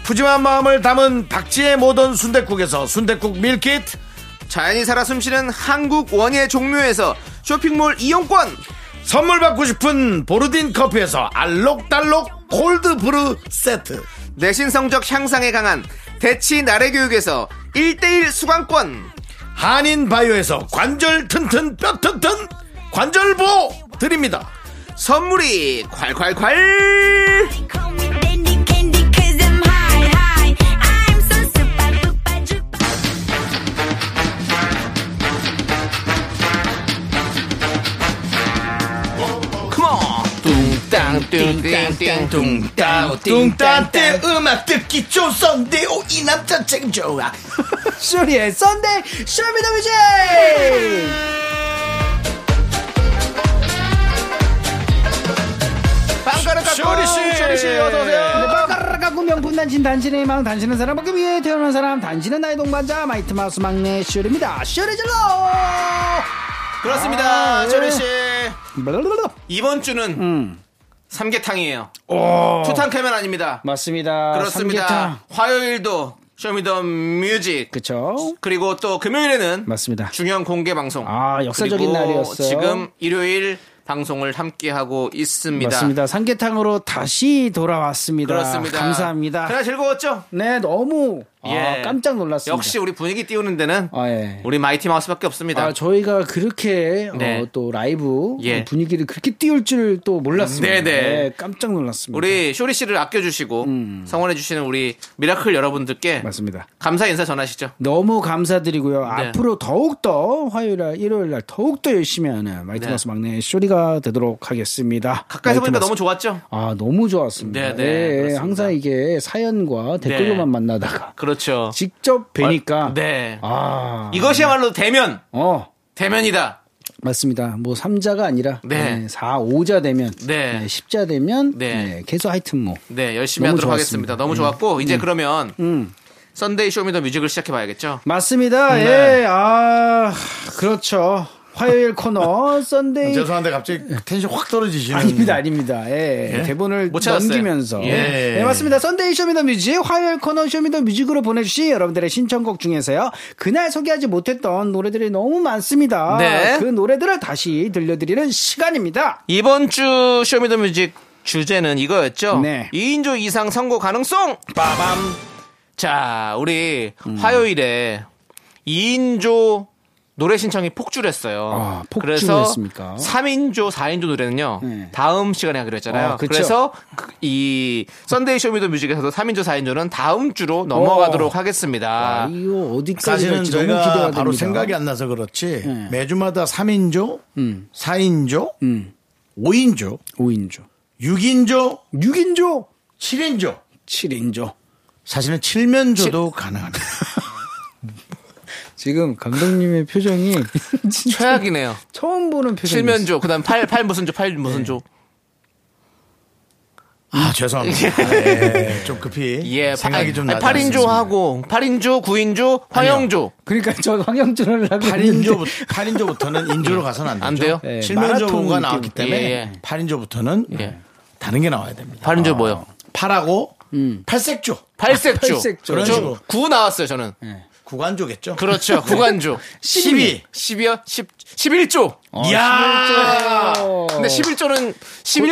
S1: 푸짐한 마음을 담은 박지의 모던 순댓국에서순댓국 밀키트
S2: 자연이 살아 숨쉬는 한국 원예 종묘에서 쇼핑몰 이용권.
S1: 선물 받고 싶은 보르딘 커피에서 알록달록 골드브루 세트
S2: 내신 성적 향상에 강한 대치 나래 교육에서 1대1 수강권
S1: 한인 바이오에서 관절 튼튼 뼈 튼튼 관절보 드립니다.
S2: 선물이 콸콸콸
S4: Call me dandy candy cause I'm high, high. I'm so super duper
S2: 띵띵띵띵
S1: 뚱땅 뚱땅때 음악 듣기 좋선데 오이 남자 참 좋아
S6: 쇼리의 썬데이 쇼미더뮤직
S1: 쇼리 씨 쇼리 씨 어서 오세요
S6: 까라라가 구명 분단신 단신의 망 단신은 사람밖에 위해 태어난 사람 단신은 나의 동반자 마이트 마우스 막내 쇼리입니다 쇼리 질러
S2: 그렇습니다
S6: 아, 음. 예.
S2: 조리 씨
S6: 블블블블.
S2: 이번 주는 삼계탕이에요 투탕카멘 아닙니다
S6: 맞습니다
S2: 그렇습니다
S6: 어. 삼계탕.
S2: 화요일도 쇼미더뮤직
S6: 그쵸
S2: 그리고 또 금요일에는
S6: 맞습니다
S2: 중요한 공개 방송
S6: 아, 역사적인
S2: 그리고
S6: 날이었어요.
S2: 지금 일요일 방송을 함께 하고 있습니다
S6: 맞습니다 삼계탕으로 다시 돌아왔습니다
S2: 그렇습니다
S6: 감사합니다
S2: 그날 즐거웠죠
S6: 네 너무 아,
S2: 예.
S6: 깜짝 놀랐습니다
S2: 역시 우리 분위기 띄우는 데는
S6: 아, 예.
S2: 우리 마이티 마우스밖에 없습니다.
S6: 아, 저희가 그렇게
S2: 네.
S6: 어, 또 라이브
S2: 예.
S6: 분위기를 그렇게 띄울 줄 또 몰랐습니다.
S2: 네네.
S6: 네, 깜짝 놀랐습니다.
S2: 우리 쇼리 씨를 아껴주시고 성원해주시는 우리 미라클 여러분들께
S6: 음. 맞습니다.
S2: 감사 인사 전하시죠.
S6: 너무 감사드리고요.
S2: 네.
S6: 앞으로 더욱더 화요일 날, 일요일 날 더욱더 열심히 하는 마이트마스 막내 쇼리가 되도록 하겠습니다.
S2: 네. 가까이서 보니까
S6: 마이트마스.
S2: 너무 좋았죠?
S6: 아, 너무 좋았습니다.
S2: 네, 네,
S6: 예,
S2: 그렇습니다.
S6: 항상 이게 사연과
S2: 네.
S6: 댓글로만 만나다가
S2: 그렇죠.
S6: 직접 뵈니까
S2: 네.
S6: 아,
S2: 이것이야말로 대면!
S6: 어,
S2: 대면이다.
S6: 맞습니다. 뭐 3자가 아니라
S2: 네.
S6: 네. 4, 5자 되면
S2: 네.
S6: 네, 10자 되면
S2: 네.
S6: 네, 계속 하여튼 뭐
S2: 네, 열심히
S6: 너무
S2: 하도록
S6: 좋았습니다. 음.
S2: 하겠습니다. 너무 좋았고, 이제 그러면 썬데이 쇼미더 뮤직을 시작해봐야겠죠?
S6: 맞습니다.
S2: 네.
S6: 예. 아, 그렇죠. 화요일 코너 썬데이
S1: 죄송한데 갑자기 텐션 확 떨어지시는
S6: 아닙니다, 아닙니다. 예, 대본을
S2: 못 찾았어요.
S6: 넘기면서.
S1: 예.
S6: 예. 맞습니다. 썬데이 쇼미더뮤직 화요일 코너 쇼미더뮤직으로 보내주신 여러분들의 신청곡 중에서요. 그날 소개하지 못했던 노래들이 너무 많습니다.
S2: 네.
S6: 그 노래들을 다시 들려드리는 시간입니다.
S2: 이번 주 쇼미더 뮤직 주제는 이거였죠?
S6: 네.
S2: 2인조 이상 선고 가능성! 빠밤! 자, 우리
S6: 음.
S2: 화요일에 2인조 노래 신청이 폭주했어요.
S6: 아, 폭주했습니까?
S2: 3인조, 4인조 노래는요.
S6: 네.
S2: 다음 시간에 하기로 했잖아요.
S6: 아, 그쵸.
S2: 그래서 그- 이 썬데이 쇼미더 뮤직에서도 3인조, 4인조는 다음 주로 넘어가도록 하겠습니다.
S6: 아, 이거 어디까지
S1: 사실은
S6: 갈지 너무
S1: 저희가
S6: 기대가
S1: 바로
S6: 됩니다. 네.
S1: 생각이 안 나서 그렇지 매주마다 3인조 4인조
S6: 음.
S1: 5인조
S6: 5인조.
S1: 6인조
S6: 6인조,
S1: 7인조
S6: 7인조.
S1: 사실은 7면조도 가능합니다
S6: 지금 감독님의 표정이
S2: 최악이네요.
S6: 처음 보는 표정이 있어요.
S2: 7면조, 그 다음 8, 팔 무슨 조, 8 무슨 조.
S1: 아 죄송합니다 예, 좀 급히
S2: 예,
S1: 생각이
S2: 팔-
S1: 좀
S2: 아니,
S1: 나지 않습니다.
S2: 8인조하고 8인조, 9인조, 황영조.
S6: 그러니까 저 황영준을 하고 있는데
S1: 8인조부터, 8인조부터는 인조로 가서는 안
S2: 안
S1: 되죠.
S2: 돼요?
S1: 네,
S6: 예, 마라톤
S1: 실면조가
S6: 느낌.
S1: 나왔기 때문에
S2: 예, 예.
S1: 8인조부터는
S2: 예.
S1: 다른 게 나와야 됩니다.
S2: 8인조 뭐요?
S1: 팔하고
S6: 음.
S1: 팔색조,
S2: 팔색조.
S6: 팔색조.
S1: 그런
S2: 저
S1: 식으로. 네.
S2: 9 나왔어요, 저는.
S1: 구간조겠죠.
S2: 그렇죠. 구간조.
S1: 12.
S2: 12요? 10, 11조.
S1: 어.
S2: 어,
S1: 이야!
S2: 근데 11조는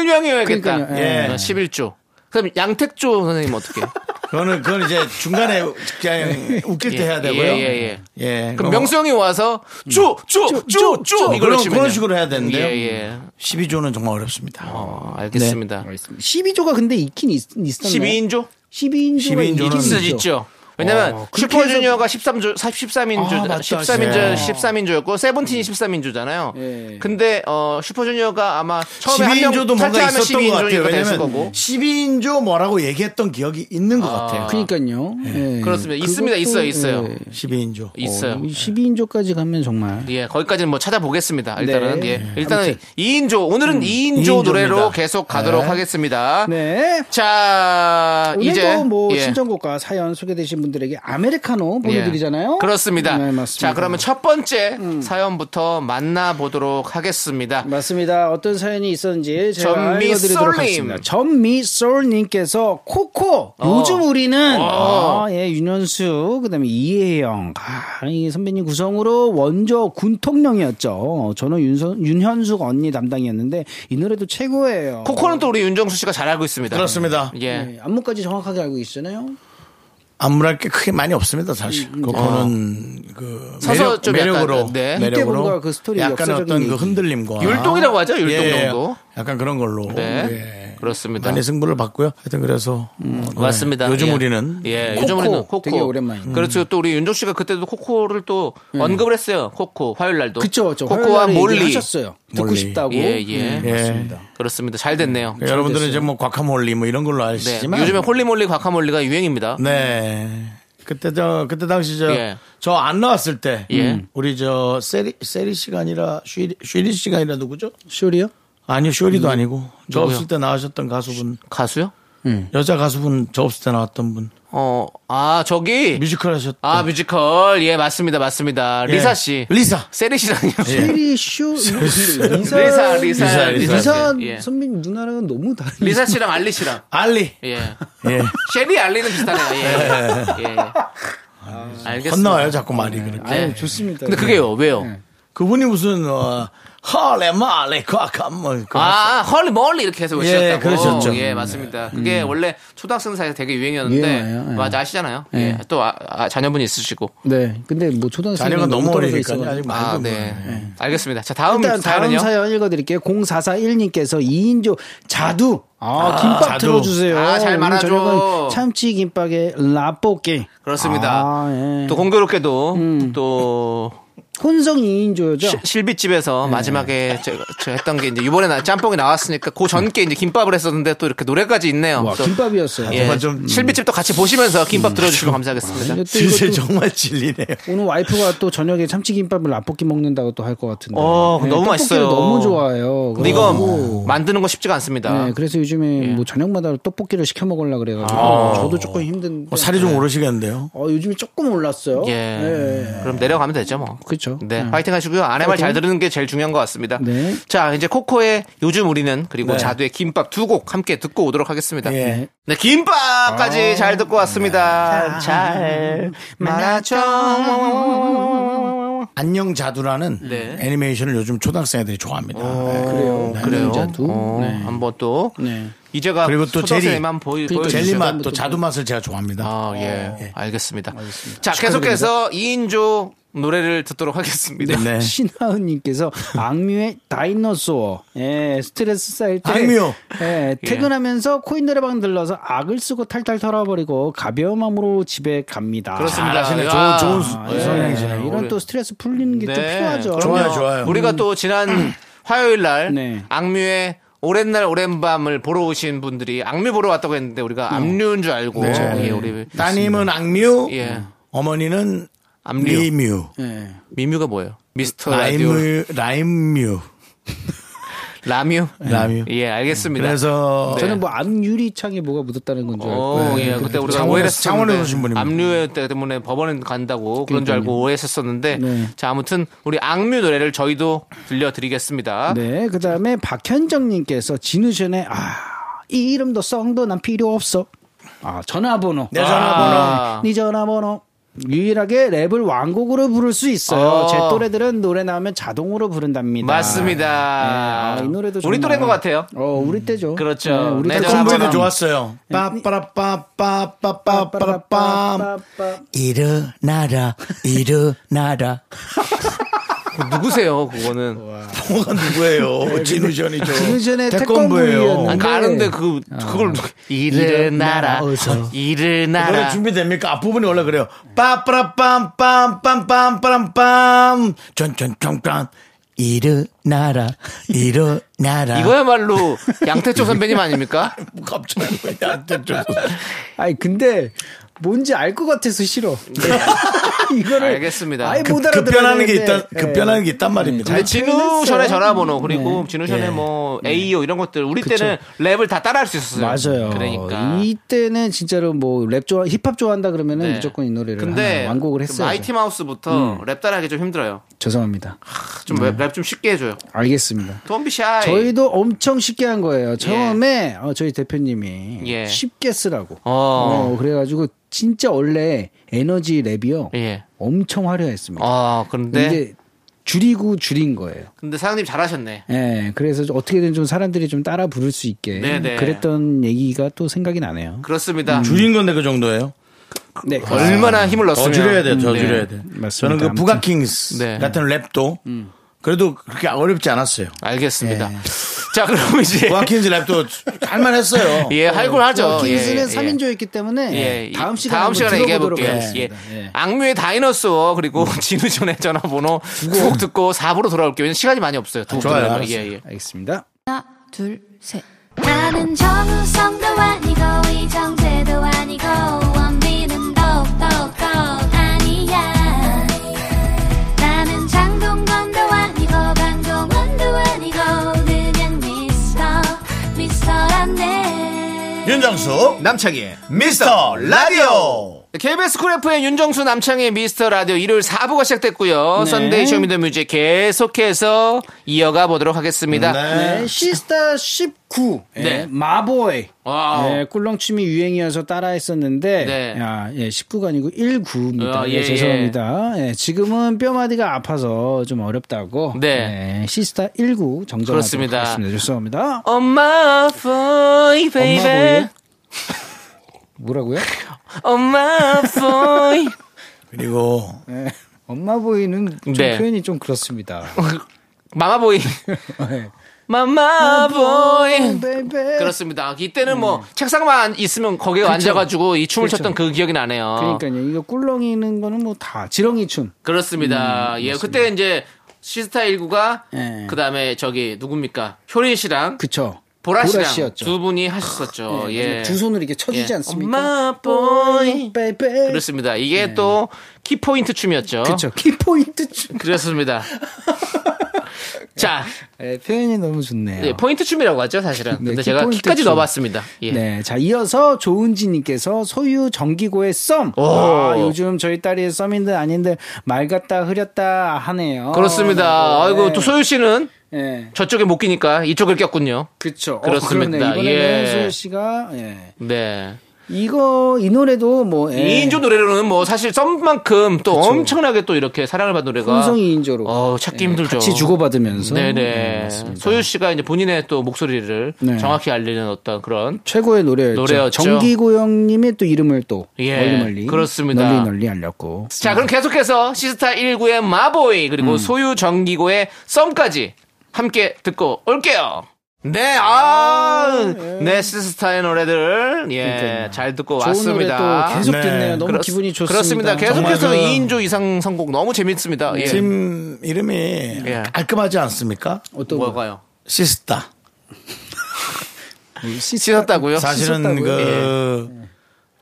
S2: 11명이어야겠다.
S6: 그러니까요,
S1: 예.
S2: 11조. 그럼 양택조 선생님 어떻게?
S1: 그거는, 그건 이제 중간에 그냥 웃길 때
S2: 예,
S1: 해야 되고요.
S2: 예, 예, 예.
S1: 그럼
S2: 그럼 명수형이 와서
S1: 음.
S2: 쪼, 쪼, 쪼, 쪼. 이걸로
S1: 그런,
S2: 치면.
S1: 그런 식으로 해야 되는데요.
S2: 예, 예.
S1: 12조는 정말 어렵습니다.
S2: 어,
S1: 네.
S2: 알겠습니다.
S6: 12조가 근데 있긴 있, 있었나요?
S2: 12인조?
S6: 12인조가
S1: 12인조는
S2: 있을 수 있죠. 왜냐면
S6: 그렇게
S2: 슈퍼주니어가 13조, 13인조,
S1: 아, 맞다.
S2: 13인조, 13인조였고 세븐틴이 13인조잖아요.
S6: 예.
S2: 근데 어 슈퍼주니어가 아마 처음에 한 명
S1: 12인조도 뭔가
S2: 탈퇴하면
S1: 있었던 것 같아요.
S2: 12인조니까 됐을
S1: 왜냐면
S2: 거고.
S1: 12인조 뭐라고 얘기했던 기억이 있는 것 같아요.
S6: 그러니까요. 예.
S2: 그렇습니다. 있습니다.
S6: 그것도,
S2: 있어요. 있어요.
S6: 예.
S1: 12인조.
S2: 있어요.
S6: 12인조까지 가면 정말
S2: 예, 거기까지는 뭐 찾아보겠습니다. 일단은
S6: 네.
S2: 예. 일단은 2인조 오늘은
S1: 음,
S2: 2인조
S1: 2인조 입니다.
S2: 노래로 계속 가도록
S1: 네.
S2: 하겠습니다.
S6: 네.
S2: 자,
S6: 오늘도
S2: 이제
S6: 뭐
S2: 예.
S6: 신청곡과 사연 소개되신 분들에게 아메리카노
S2: 예.
S6: 보내드리잖아요.
S2: 그렇습니다.
S6: 네, 맞습니다.
S2: 자, 그러면 첫 번째
S1: 음.
S2: 사연부터 만나보도록 하겠습니다.
S6: 맞습니다. 어떤 사연이 있었는지 제가
S2: 전미솔님.
S6: 읽어드리도록 하겠습니다. 전미솔님께서 코코
S2: 어.
S6: 요즘 우리는
S2: 어.
S6: 아, 예, 윤현수 그다음에 이혜영 아, 이 선배님 구성으로 원조 군통령이었죠. 저는 윤선, 윤현수 언니 담당이었는데 이 노래도 최고예요.
S2: 코코는 또 우리 윤정수 씨가 잘 알고 있습니다.
S1: 그렇습니다.
S2: 예.
S6: 예, 안무까지 정확하게 알고 계시잖아요.
S1: 안무랄 게 크게 많이 없습니다 사실. 그거는 그
S2: 음, 어. 서서
S1: 매력,
S2: 좀
S1: 매력으로
S2: 약간, 네. 이때
S1: 매력으로
S6: 뭔가 그 스토리
S1: 약간
S6: 역사적인
S1: 어떤 그
S6: 얘기.
S1: 흔들림과
S2: 율동이라고 하죠? 율동
S1: 예,
S2: 정도.
S1: 약간 그런 걸로.
S2: 네.
S1: 예.
S2: 그렇습니다. 음.
S1: 많이 승부를 봤고요. 하여튼 그래서 네.
S2: 맞습니다.
S1: 요즘
S2: 예.
S1: 우리는
S2: 예,
S6: 코코.
S2: 요즘 우리는 코코
S6: 되게 오랜만이네. 음.
S2: 그렇죠. 또 우리 윤종 씨가 그때도 코코를 또 언급을 했어요. 코코 화요일 날도.
S6: 그쵸, 저
S2: 코코와
S6: 화요일에
S2: 몰리.
S6: 얘기하셨어요. 듣고 음,
S1: 몰리.
S6: 싶다고.
S2: 예, 예.
S1: 예.
S2: 그렇습니다. 잘 됐네요.
S1: 그러니까 여러분들은
S6: 됐어요.
S1: 이제 뭐 과카몰리 뭐 이런 걸로
S2: 네.
S1: 아시지만
S2: 요즘에 홀리몰리 과카몰리가 유행입니다.
S1: 네. 그때 저 그때 당시 저
S2: 예.
S1: 저 안 나왔을 때 음.
S2: 예.
S1: 우리 저 세리 세리 씨가 아니라 슈리 슈리 씨가 아니라 누구죠?
S6: 쇼리요?
S1: 아니요 슈리도 아니고 저
S2: 누구요?
S1: 없을 때 나오셨던 가수분
S2: 가수요?
S1: 여자 가수분 저 없을 때 나왔던 분
S2: 어, 아 저기
S1: 뮤지컬 하셨던
S2: 아 뮤지컬 예 맞습니다 맞습니다
S1: 예.
S2: 리사 씨
S1: 리사
S2: 세리 씨랑요.
S6: 쇼리 쇼
S2: 리사
S6: 리사
S2: 리사
S1: 리사,
S6: 리사
S2: 예.
S6: 선배님 누나랑은 너무 다른.
S2: 리사 씨랑 알리 씨랑
S1: 알리
S2: 예
S1: 예.
S2: 쉐리 알리는 비슷하네요. 예. 예. 알겠습니다. 네.
S1: 건너와요 자꾸 말이 그렇게
S2: 예.
S6: 아유 좋습니다.
S2: 근데 그게요 왜요?
S1: 그분이 무슨 어, 헐레 말레 과감 뭐 그거
S2: 아, 헐리 멀리 이렇게 해서 외치셨다고.
S1: 예, 그러셨죠.
S2: 예, 맞습니다. 그게 원래 초등학생 사이에서 되게 유행이었는데
S6: 유행이에요, 예.
S2: 맞아 아시잖아요. 예. 또 아, 아, 자녀분이 있으시고.
S6: 네. 근데 뭐 초등학생
S1: 자녀가 너무
S6: 떨어져
S1: 어리니까요
S6: 있어가지고.
S1: 아직 말도
S2: 아,
S1: 안
S2: 네.
S1: 돼요.
S2: 알겠습니다. 자, 다음
S6: 일단 다음
S2: 사연은요.
S6: 사연 읽어드릴게요. 0441님께서 2인조 자두. 아, 김밥
S1: 자두.
S6: 들어주세요.
S2: 아, 잘
S6: 오늘
S2: 말아줘.
S6: 저녁은 참치 김밥에 라볶이.
S2: 그렇습니다.
S6: 아, 예.
S2: 또 공교롭게도 또
S6: 혼성 2인조죠.
S2: 시- 실비집에서 마지막에 제가, 제가 했던 게 이제 이번에 나, 짬뽕이 나왔으니까 그 전께 이제 김밥을 했었는데 또 이렇게 노래까지 있네요.
S6: 와,
S2: 또
S6: 김밥이었어요.
S2: 예,
S1: 정말 좀-
S2: 실비집도 같이 보시면서 김밥 들어주시면 감사하겠습니다.
S6: 근데 또
S1: 진짜
S6: 이것도
S1: 정말 진리네요
S6: 오늘 와이프가 또 저녁에 참치 김밥을 라볶이 먹는다고 또 할 것 같은데.
S2: 어,
S6: 네,
S2: 너무
S6: 떡볶이를
S2: 맛있어요.
S6: 너무 좋아해요.
S2: 근데 이거 뭐- 예.
S6: 그래가지고
S2: 만드는 거 쉽지가 않습니다.
S6: 네, 그래서 요즘에 뭐 저녁마다 떡볶이를 시켜 먹으려 그래가지고
S2: 아.
S6: 저도 조금 힘든.
S1: 어, 살이 좀 오르시겠는데요
S6: 어, 요즘에 조금 올랐어요.
S2: 예.
S6: 네.
S2: 그럼 내려가면 되죠, 뭐.
S6: 그렇죠.
S2: 네.
S1: 음.
S2: 화이팅 하시고요. 아내 말 잘 들으는 게 제일 중요한 것 같습니다.
S6: 네.
S2: 자, 이제 코코의 요즘 우리는 그리고 자두의 김밥 두 곡 함께 듣고 오도록 하겠습니다.
S1: 예.
S2: 네,
S6: 아.
S2: 김밥까지 잘 듣고 왔습니다. 음. 잘 말아줘.
S1: 안녕 자두라는
S2: 네.
S1: 애니메이션을 요즘 초등학생 애들이 좋아합니다. 네.
S6: 그래요.
S2: 그래요.
S6: 자두.
S2: 어, 한번 또
S6: 네.
S2: 이제가
S1: 그리고 또
S2: 초등생만 보이
S1: 네.
S2: 보여
S1: 젤리
S2: 주시죠.
S1: 맛, 또 자두 맛을 제가 좋아합니다.
S2: 아, 예. 알겠습니다. 자, 계속해서 2인조 노래를 듣도록 하겠습니다.
S1: 네.
S6: 신하은님께서 악뮤의 다이너소어 예, 스트레스 쌓일 때
S1: 악뮤.
S6: 예, 퇴근하면서 코인 노래방 들러서 악을 쓰고 탈탈 털어버리고 가벼운 마음으로 집에 갑니다.
S2: 그렇습니다. 아.
S1: 잘하시네.
S2: 야.
S1: 좋은- 좋은
S6: 예,
S1: 성향이시네요.
S6: 이런 또 스트레스 풀리는 게 또
S2: 네.
S6: 필요하죠.
S1: 좋아요,
S2: 그럼요.
S1: 좋아요.
S2: 우리가 또 지난 화요일 날
S6: 네.
S2: 악뮤의 오랜 날 오랜 밤을 보러 오신 분들이 악뮤 보러 왔다고 했는데 우리가 악뮤인 줄 알고 예, 우리
S1: 음. 네. 따님은 악뮤,
S2: 예.
S1: 어머니는
S2: 악뮤.
S1: 리뮤,
S6: 예.
S2: 미뮤가 뭐예요? 미스터 라디오
S1: 라임뮤, 라임뮤,
S2: 라뮤.
S1: 라뮤.
S2: 예, 알겠습니다.
S1: 네. 그래서
S2: 네.
S6: 저는 뭐 암유리창에 뭐가 묻었다는 건 줄 알고
S2: 오, 예. 그때
S1: 네.
S2: 우리가
S1: 창원에서-
S2: 오해했었는데
S1: 창원에서 오신 분입니다.
S2: 압류 때문에 법원에 간다고 그런 줄 알고 오해했었었는데
S6: 네.
S2: 자, 아무튼 우리 악뮤 노래를 저희도 들려드리겠습니다.
S6: 네, 그 다음에 박현정님께서 진우션의 아, 이 이름도 성도 난 필요 없어. 아, 전화번호.
S1: 내 전화번호.
S2: 아.
S6: 네 전화번호. 유일하게 랩을 왕곡으로 부를 수 있어요.
S2: 어.
S6: 제 또래들은 노래 나오면 자동으로 부른답니다.
S2: 맞습니다.
S6: 네, 아, 이 노래도
S2: 우리
S6: 정말-
S2: 또래인 것 같아요.
S6: 어, 우리 때죠.
S2: 그렇죠.
S6: 우리
S2: 내
S6: 때
S1: 콩보이도
S2: 전화번호.
S6: 콩보이도
S1: 좋았어요. 빠빠라빠빠빠빠빠
S6: 빠빠라빠빠빠.
S1: 일어나라, 일어나라.
S2: 누구세요, 그거는?
S1: 뭐가 누구예요? 네, 진우션이죠.
S6: 진우션의 태권브이였는데. 어.
S2: 안 가는데 그 그걸 일어나라,
S6: 어서.
S1: 노래
S2: 일어나라.
S1: 준비됩니까? 앞부분이 원래 그래요. 빠빠라빰빰빰빰빰빰빰 전전총깐 일어나라 일어나라
S2: 이거야말로 양태초 선배님 아닙니까?
S1: 갑자기 왜 나한테 좀
S6: 아니, 근데 뭔지 알 것 같아서 싫어. 이거를.
S2: 알겠습니다.
S6: 아예
S1: 그 급-
S6: 못 알아들어야
S1: 급변하는 게
S6: 되는데.
S1: 있다 급변하는 게 있단 말입니다.
S2: 근데 진우션의
S6: 재밌어요. 네. 음.
S2: 전화번호 그리고 진우션의
S1: 예.
S2: 뭐 AO 이런 것들 우리 때는 랩을 다 따라할 수 있었어요.
S6: 맞아요.
S2: 그러니까.
S6: 이때는 진짜로 뭐 랩 좋아 힙합 좋아한다 그러면은
S2: 네.
S6: 무조건 이 노래를
S2: 근데
S6: 하나 완곡을 음. 했어요.
S2: 마이티 마우스부터 랩 따라하기 좀 힘들어요.
S6: 죄송합니다.
S2: 좀 랩 좀 쉽게 해줘요.
S6: 알겠습니다.
S2: 돈비 샤이.
S6: 네. 저희도 엄청 쉽게 한 거예요. 처음에 어, 저희 대표님이
S2: 예.
S6: 쉽게 쓰라고.
S2: 어.
S6: 어, 그래가지고 진짜 원래 에너지 랩이요.
S2: 예.
S6: 엄청 화려했습니다.
S2: 아 그런데 근데,
S6: 근데 줄이고 줄인 거예요.
S2: 사장님 잘하셨네.
S6: 예, 그래서 어떻게든 좀 사람들이 좀 따라 부를 수 있게
S2: 네네.
S6: 그랬던 얘기가 또 생각이 나네요.
S2: 그렇습니다.
S6: 음.
S1: 줄인 건데 그 정도예요.
S6: 네,
S2: 얼마나 힘을
S1: 더
S2: 넣었으면
S1: 줄여야 돼요. 더
S2: 네.
S1: 줄여야 돼.
S6: 맞습니다.
S1: 저는 그
S6: 아무튼.
S1: 부가킹스
S2: 네.
S1: 음. 같은 랩도 그래도 그렇게 어렵지 않았어요.
S6: 예.
S2: 알겠습니다. 자, 그럼 이제.
S1: 보아킨즈 랩도 할만했어요.
S2: 예, 할굴 하죠. 예,
S6: 킹스는
S2: 예.
S6: 3인조였기 때문에
S2: 예,
S6: 다음
S2: 이-
S6: 시간에
S2: 다음
S6: 한번
S2: 시간에 얘기해
S6: 들어보도록
S2: 볼게요. 예.
S6: 하겠습니다. 예. 음.
S2: 악뮤의 다이너스워 그리고 진우 전의 전화번호 꼭 듣고 4부로 돌아올게요. 왜냐면 시간이 많이 없어요. 두
S1: 좋아요,
S2: 분들은.
S1: 알았어요.
S2: 예, 예.
S6: 알겠습니다.
S7: 하나, 둘, 셋.
S4: 나는 정우성도 아니고 이정재도 아니고 원빈은 더욱더 아니야 나는 장동건도 아니고 강동원도 아니고 그냥 미스터 미스터란데
S1: 윤정수 남창희 미스터 라디오
S2: KBS 쿨 FM의 윤정수 남창의 미스터 라디오 일요일 4부가 시작됐고요.
S6: 네.
S2: 썬데이 쇼미더뮤직 계속해서 이어가 보도록 하겠습니다.
S6: 네, 시스타 19. 예,
S2: 아. 네.
S6: 마보이.
S2: 와우.
S6: 예, 꿀렁춤이 유행이어서 따라했었는데,
S2: 네.
S6: 야, 예, 19가 아니고 19입니다.
S2: 아,
S6: 예,
S2: 예, 예.
S6: 죄송합니다. 예, 지금은 뼈마디가 아파서 좀 어렵다고.
S2: 네.
S6: 예, 시스타 19 정정하도록
S2: 그렇습니다.
S6: 하겠습니다. 죄송합니다.
S2: 엄마 보이 베이베
S6: 뭐라고요?
S2: 엄마 보이
S1: 그리고
S6: 예, 엄마 보이는 좀
S2: 네.
S6: 표현이 좀 그렇습니다. 예.
S2: 마마 보이 어. 마마 보이 그렇습니다. 아, 이때는 뭐 책상만 있으면 거기에 앉아가지고 이 춤을
S6: 음. 그쵸.
S2: 췄던 그 기억이 나네요.
S6: 그러니까요. 이거 꿀렁이는 거는 뭐 다 지렁이 춤.
S2: 그렇습니다. 예, 그때 이제 시스타 19가
S6: 음, 예.
S2: 그 다음에 저기 누굽니까 효린 씨랑
S6: 그쵸.
S2: 보라 씨랑
S6: 씨였죠.
S2: 두 분이 하셨었죠. 예.
S6: 두 손을 이렇게 쳐주지
S2: 예.
S6: 않습니까?
S2: 엄마, 보이.
S6: 베이베.
S2: 그렇습니다. 이게 또 키포인트 춤이었죠.
S6: 그쵸. 키포인트 춤.
S2: 그렇습니다. 자,
S6: 네, 표현이 너무 좋네요.
S2: 예, 포인트 춤이라고 하죠, 사실은.
S6: 어. 네,
S2: 근데 제가
S6: 키포인트
S2: 키까지
S6: 춤.
S2: 넣어봤습니다. 예.
S6: 네, 자 이어서 조은지님께서 소유 정기고의 썸.
S2: 오.
S6: 아, 요즘 저희 딸이 썸인데 아닌데 말 같다 흐렸다 하네요.
S2: 그렇습니다.
S6: 라고.
S2: 아이고
S6: 네.
S2: 또 소유 씨는
S6: 예,
S2: 저쪽에 못 끼니까 이쪽을 꼈군요.
S6: 그렇죠.
S2: 그렇습니다.
S6: 그렇습니다. 이번에는
S2: 예.
S6: 소유 씨가 예.
S2: 네.
S6: 이거 이 노래도 뭐 예.
S2: 이인조 노래로는 뭐 사실 썸만큼 또 엄청나게 또 이렇게 사랑을 받은 노래가
S6: 혼성 이인조로.
S2: 어, 찾기 힘들죠.
S6: 같이 주고받으면서 네,
S2: 네네.
S6: 맞습니다.
S2: 소유 씨가 이제 본인의 또 목소리를
S6: 네. 음.
S2: 정확히 알리는 어떤 그런
S6: 최고의 노래였죠.
S2: 노래였죠.
S6: 정기고 형님의 또 이름을 또
S2: 예,
S6: 멀리 멀리
S2: 그렇습니다.
S6: 널리 널리 알렸고.
S2: 자, 그럼 계속해서 시스타 19의 마보이
S6: 음.
S2: 그리고 소유 정기고의 썸까지 함께 듣고 올게요. 네, 아, 네 시스타의 노래들 예,
S6: 그러니까요.
S2: 잘 듣고
S6: 좋은 노래
S2: 왔습니다.
S6: 또 계속
S1: 네.
S6: 듣네요. 너무
S2: 그렇-
S6: 기분이 좋습니다.
S2: 그렇습니다. 계속해서
S1: 정말 그-
S2: 2인조 이상 선곡 너무 재밌습니다. 예.
S1: 팀 이름이
S2: 예.
S1: 깔끔하지 않습니까?
S6: 어떤 거?
S2: 뭐가요?
S1: 시스타
S2: 씻었다고요?
S1: 사실은
S6: 씻었다고요?
S1: 그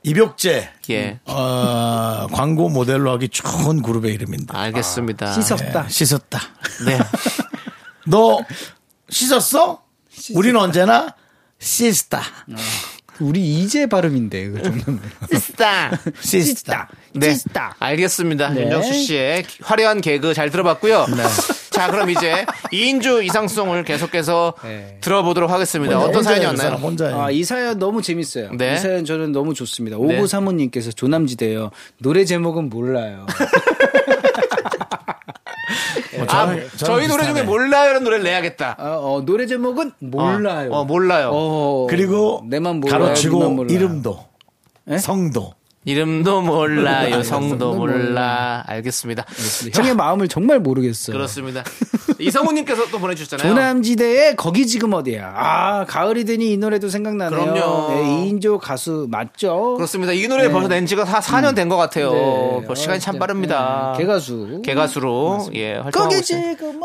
S1: 입욕제
S2: 예.
S1: 어, 광고 모델로 하기 좋은 그룹의 이름입니다.
S2: 아, 알겠습니다.
S6: 아, 씻었다.
S1: 예, 씻었다.
S2: 네.
S1: 너 씻었어? 우린 언제나 시스타.
S6: 우리 이제 발음인데 그 정도면.
S2: 씻었다.
S1: 시스타.
S2: 네.
S6: 씻다.
S2: 알겠습니다. 윤정수 씨의 화려한 개그 잘 들어봤고요. 자, 그럼 이제 2인조 이상송을 계속해서 들어보도록 하겠습니다. 어떤
S1: 혼자예요,
S2: 사연이
S1: 그 사람
S2: 왔나요?
S1: 혼자예요.
S6: 아, 이 사연 너무 재밌어요.
S2: 네.
S6: 이 사연 저는 너무 좋습니다.
S2: 네.
S6: 오구 사모님께서 조남지대요. 노래 제목은 몰라요. 예.
S1: 뭐
S2: 아,
S1: 저는- 저는
S2: 저희 노래
S1: 비슷하네.
S2: 중에 몰라요라는 노래를 내야겠다.
S6: 아, 어, 노래 제목은 몰라요.
S2: 어, 몰라요.
S6: 어,
S1: 그리고
S6: 내만 몰라요. 니만
S1: 가로치고
S6: 몰라요.
S1: 이름도
S6: 예?
S1: 성도
S2: 이름도 몰라요. 성도 몰라. 알겠습니다.
S6: 형의 마음을 정말 모르겠어요.
S2: 그렇습니다. 이성우님께서 또 보내주셨잖아요.
S6: 조남지대의 거기 지금 어디야. 아, 가을이 되니 이 노래도 생각나네요.
S2: 그럼요.
S6: 네, 이인조 가수 맞죠?
S2: 그렇습니다. 이 노래 벌써 낸 지가 사 4년 된 것 같아요.
S6: 음. 네.
S2: 벌써 시간이 참
S6: 네.
S2: 빠릅니다.
S6: 네, 개가수.
S2: 개가수로 예 활동하고
S6: 거기
S2: 있어요.
S6: 지금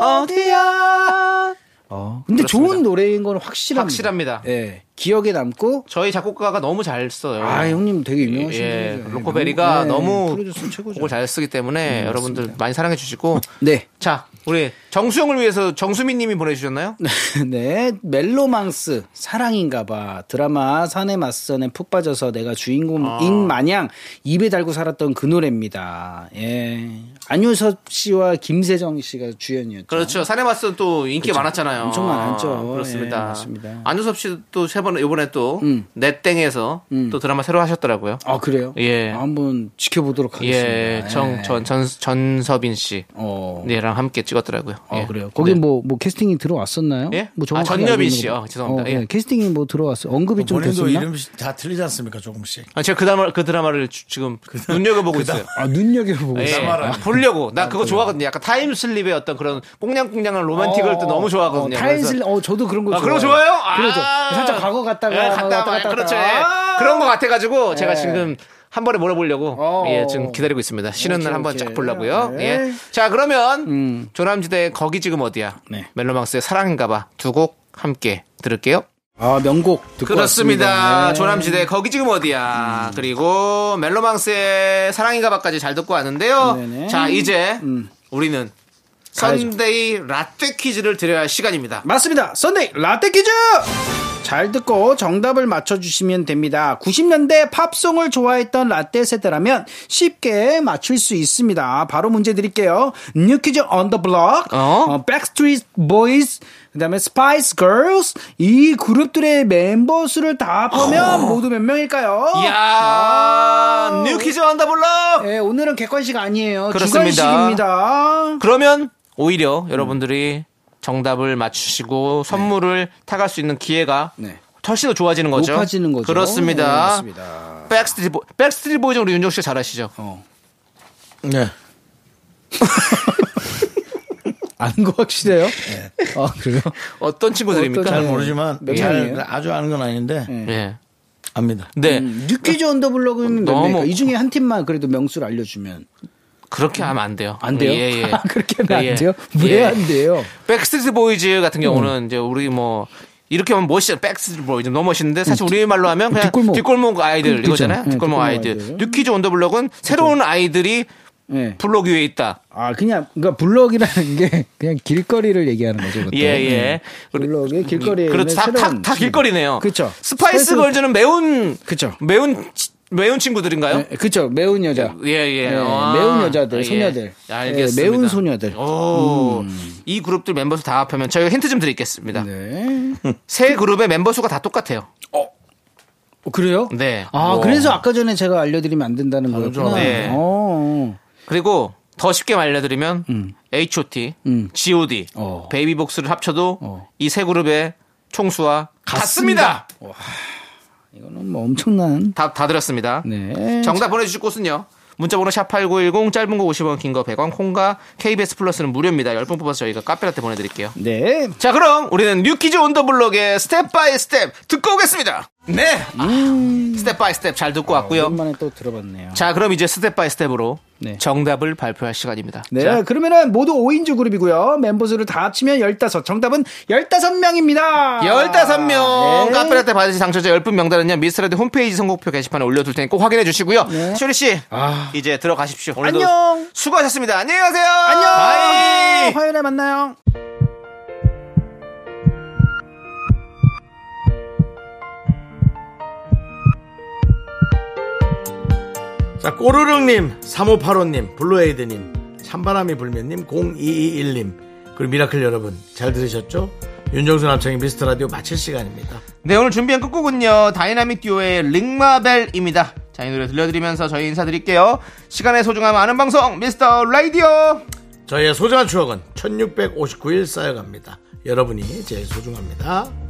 S6: 어디야? 어. 근데
S2: 그렇습니다.
S6: 좋은 노래인 건 확실합니다.
S2: 확실합니다.
S6: 예. 기억에 남고
S2: 저희 작곡가가 너무 잘 써요.
S6: 아, 형님 되게 유명하신
S2: 네. 예,
S6: 분이죠.
S2: 로코베리가
S6: 예,
S2: 너무
S6: 프로듀서 최고죠.
S2: 곡을 잘 쓰기
S6: 음,
S2: 때문에 여러분들 많이 사랑해 주시고
S6: 네.
S2: 자 우리 정수영을 위해서 정수민님이 보내주셨나요?
S6: 네, 멜로망스 사랑인가봐 드라마 산에 맞선에 푹 빠져서 내가 주인공인
S2: 아.
S6: 마냥 입에 달고 살았던 그 노래입니다. 예, 안효섭 씨와 김세정 씨가 주연이었죠.
S2: 그렇죠. 사내마스는 또 인기 가 많았잖아요.
S6: 그렇죠. 엄청 많았죠.
S2: 그렇습니다.
S6: 예, 맞습니다. 음.
S2: 안효섭 씨도 세번 이번에 또 넷땡에서 또 드라마 새로 하셨더라고요.
S6: 아 그래요?
S2: 예.
S6: 한번 지켜보도록 하겠습니다. 네. 예.
S2: 예, 정전전 전섭인 씨.
S6: 어,
S2: 네,랑 함께 찍었더라고요.
S6: 어
S2: 예.
S6: 그래요. 거기
S2: 네.
S6: 뭐 뭐 캐스팅이 들어왔었나요?
S2: 예?
S6: 뭐 정확하게
S2: 아, 전여빈
S6: 알고 있는
S2: 씨.
S6: 거-
S2: 어, 죄송합니다. 예.
S6: 네. 캐스팅이 뭐 들어왔어. 언급이 좀
S1: 본인도
S6: 됐었나?
S1: 이름 다 틀리지 않습니까 조금씩.
S2: 아, 제가 그 드라마 그 드라마를 주- 지금
S6: 그
S2: 눈여겨보고 있어요.
S6: 아 눈여겨보고
S2: 예,
S6: 있어요.
S1: 드라마라니.
S2: 보려고 나 그거 좋아하거든요. 약간 타임슬립의 어떤 그런 꽁냥꽁냥한 로man틱을 또 너무 좋아하거든요. 그래서-
S6: 타임슬 어 저도 그런 거
S2: 아,
S6: 좋아해요.
S2: 그런 거 좋아요? 아.
S6: 그렇죠. 살짝 과거 갔다가
S2: 예,
S6: 왔다
S2: 갔다
S6: 갔다
S2: 와.
S6: 갔다
S2: 그렇죠.
S6: 갔다.
S2: 예.
S6: 아.
S2: 그런 거 같아가지고 제가
S6: 예.
S2: 지금 한 번에 몰아보려고
S6: 어.
S2: 예, 지금 기다리고 있습니다. 쉬는
S6: 오케이,
S2: 날 한번
S6: 오케이.
S2: 쫙 보려고요.
S6: 네.
S2: 예. 자 그러면
S6: 음.
S2: 조남지대의 거기 지금 어디야?
S6: 네.
S2: 멜로망스의 사랑인가봐 두 곡 함께 들을게요.
S6: 아 명곡 듣고
S2: 그렇습니다.
S6: 왔습니다. 네. 음.
S2: 조남지대 거기 지금 어디야? 그리고 멜로망스의 사랑인가봐까지 잘 듣고 왔는데요.
S6: 네네.
S2: 자 이제
S6: 음.
S2: 우리는
S6: 가야죠.
S2: 선데이 라떼 퀴즈를 드려야 할 시간입니다.
S6: 맞습니다. 썬데이 라떼 퀴즈! 잘 듣고 정답을 맞춰주시면 됩니다. 90년대 팝송을 좋아했던 라떼 세대라면 쉽게 맞출 수 있습니다. 바로 문제 드릴게요. 뉴 퀴즈 언 더 블럭,
S2: 어?
S6: 백스트리트 보이즈, 그 다음에 스파이스 걸스 이 그룹들의 멤버 수를 다
S2: 어.
S6: 합하면 모두 몇 명일까요?
S2: 이야, 뉴 퀴즈 언더 블럭!
S6: 예, 오늘은 객관식 아니에요.
S2: 그렇습니다.
S6: 주관식입니다.
S2: 그러면 오히려 여러분들이 정답을 맞추시고 선물을 타갈 수 있는 기회가
S6: 네.
S2: 훨씬 더 좋아지는 거죠.
S6: 높아지는 거죠. 네,
S2: 그렇습니다.
S6: 맞습니다. 어.
S2: 백스트리 보, 백스트리 보이즈 우리 윤종 씨가 잘 아시죠?
S1: 네.
S6: 아는 거 확실해요? 아, 그래요?
S2: 어떤 친구들입니까?
S6: 어떤- 네.
S1: 잘 모르지만
S6: 몇
S1: 잘
S6: 명이에요?
S1: 아주 아는 건 아닌데
S2: 예.
S1: 압니다.
S2: 네.
S6: 뉴퀴즈 언더블럭은
S2: 음, 너무-
S6: 너무... 이 중에 한 팀만 그래도 명수를 알려주면
S2: 그렇게 하면 안 돼요.
S6: 안 돼요?
S2: 예, 예.
S6: 아, 그렇게 하면
S2: 예, 예.
S6: 안 돼요?
S2: 예.
S6: 왜 안 돼요? 음.
S2: 백스트리트 보이즈 같은 경우는 이제 우리 뭐 이렇게 하면 멋있죠. 백스트리트 보이즈 너무 멋있는데 사실 우리말로 하면 그냥
S6: 음. 뒷골목.
S2: 뒷골목, 아이들
S6: 그렇죠.
S2: 이거잖아요.
S6: 네,
S2: 뒷골목
S6: 뒷골목
S2: 아이들.
S6: 아이들. 네.
S2: 뉴키즈 온더블럭은 새로운 아이들이
S6: 예.
S2: 블록 위에 있다.
S6: 아 그냥 그러니까 블럭이라는 게 그냥 길거리를 얘기하는 거죠. 그것도.
S2: 예, 예.
S6: 네. 블럭의 길거리에
S2: 그렇죠. 다, 다,
S6: 새로운
S2: 다
S6: 친구.
S2: 길거리네요.
S6: 그렇죠.
S2: 스파이스
S6: 스파이스-
S2: 걸즈는 매운
S6: 그렇죠.
S2: 매운 치- 매운 친구들인가요?
S6: 예, 그쵸 매운 여자.
S2: 예, 예.
S6: 네,
S2: 아,
S6: 매운 여자들,
S2: 예.
S6: 소녀들.
S2: 알겠습니다. 어.
S6: 네, 매운 소녀들. 음.
S2: 오, 이 그룹들 멤버 수 다 합하면 저희가 힌트 좀 드리겠습니다.
S6: 네.
S2: 세 그룹의 멤버 수가 다 똑같아요.
S6: 어, 그래요?
S2: 네.
S6: 아 그래서 아까 전에 제가 알려드리면 안 된다는 거였구나.
S2: 네.
S6: 어.
S2: 그리고 더 쉽게 알려드리면 H.O.T,
S6: 음.
S2: G.O.D,
S6: 어.
S2: 베이비복스를 합쳐도
S6: 어.
S2: 이 세 그룹의 총수와 같습니다.
S6: 이거는 뭐 엄청난.
S2: 다, 다 드렸습니다.
S6: 네.
S2: 정답 보내주실 곳은요. 문자번호 샵8910 짧은 거 50원 긴 거 100원 콩과 KBS 플러스는 무료입니다. 10분 뽑아서 저희가 카페라떼 보내드릴게요.
S6: 네.
S2: 자 그럼 우리는 뉴키즈 온더블럭의 스텝 바이 스텝 듣고 오겠습니다. 네. 아, 스텝 바이 스텝 잘 듣고 왔고요.
S6: 오랜만에 또 들어봤네요.
S2: 자 그럼 이제 스텝 바이 스텝으로
S6: 네.
S2: 정답을 발표할 시간입니다.
S6: 네,
S2: 자,
S6: 그러면은 모두 5인조 그룹이고요. 멤버 수를 다 합치면 15. 정답은 15명입니다. 아, 네.
S2: 15명 카페라떼 받으신 당첨자 10분 명단은요 미스터라디 홈페이지 선곡표 게시판에 올려둘 테니 꼭 확인해 주시고요
S6: 네.
S2: 쇼리 씨 이제 아. 들어가십시오 오늘도
S6: 안녕.
S2: 수고하셨습니다 안녕히 가세요
S6: 안녕.
S2: 바이.
S6: 화요일에 만나요.
S1: 자, 꼬르릉님, 3585님, 블루에이드님, 찬바람이 불면님, 0221님, 그리고 미라클 여러분, 잘 들으셨죠? 윤정수 남창의 미스터 라디오 마칠 시간입니다.
S2: 네 오늘 준비한 끝곡은요 다이나믹 듀오의 링마벨입니다 자 이 노래 들려드리면서 저희 인사드릴게요 시간의 소중함 아는 방송 미스터 라디오
S1: 저희의 소중한 추억은 1659일 쌓여갑니다. 여러분이 제일 소중합니다.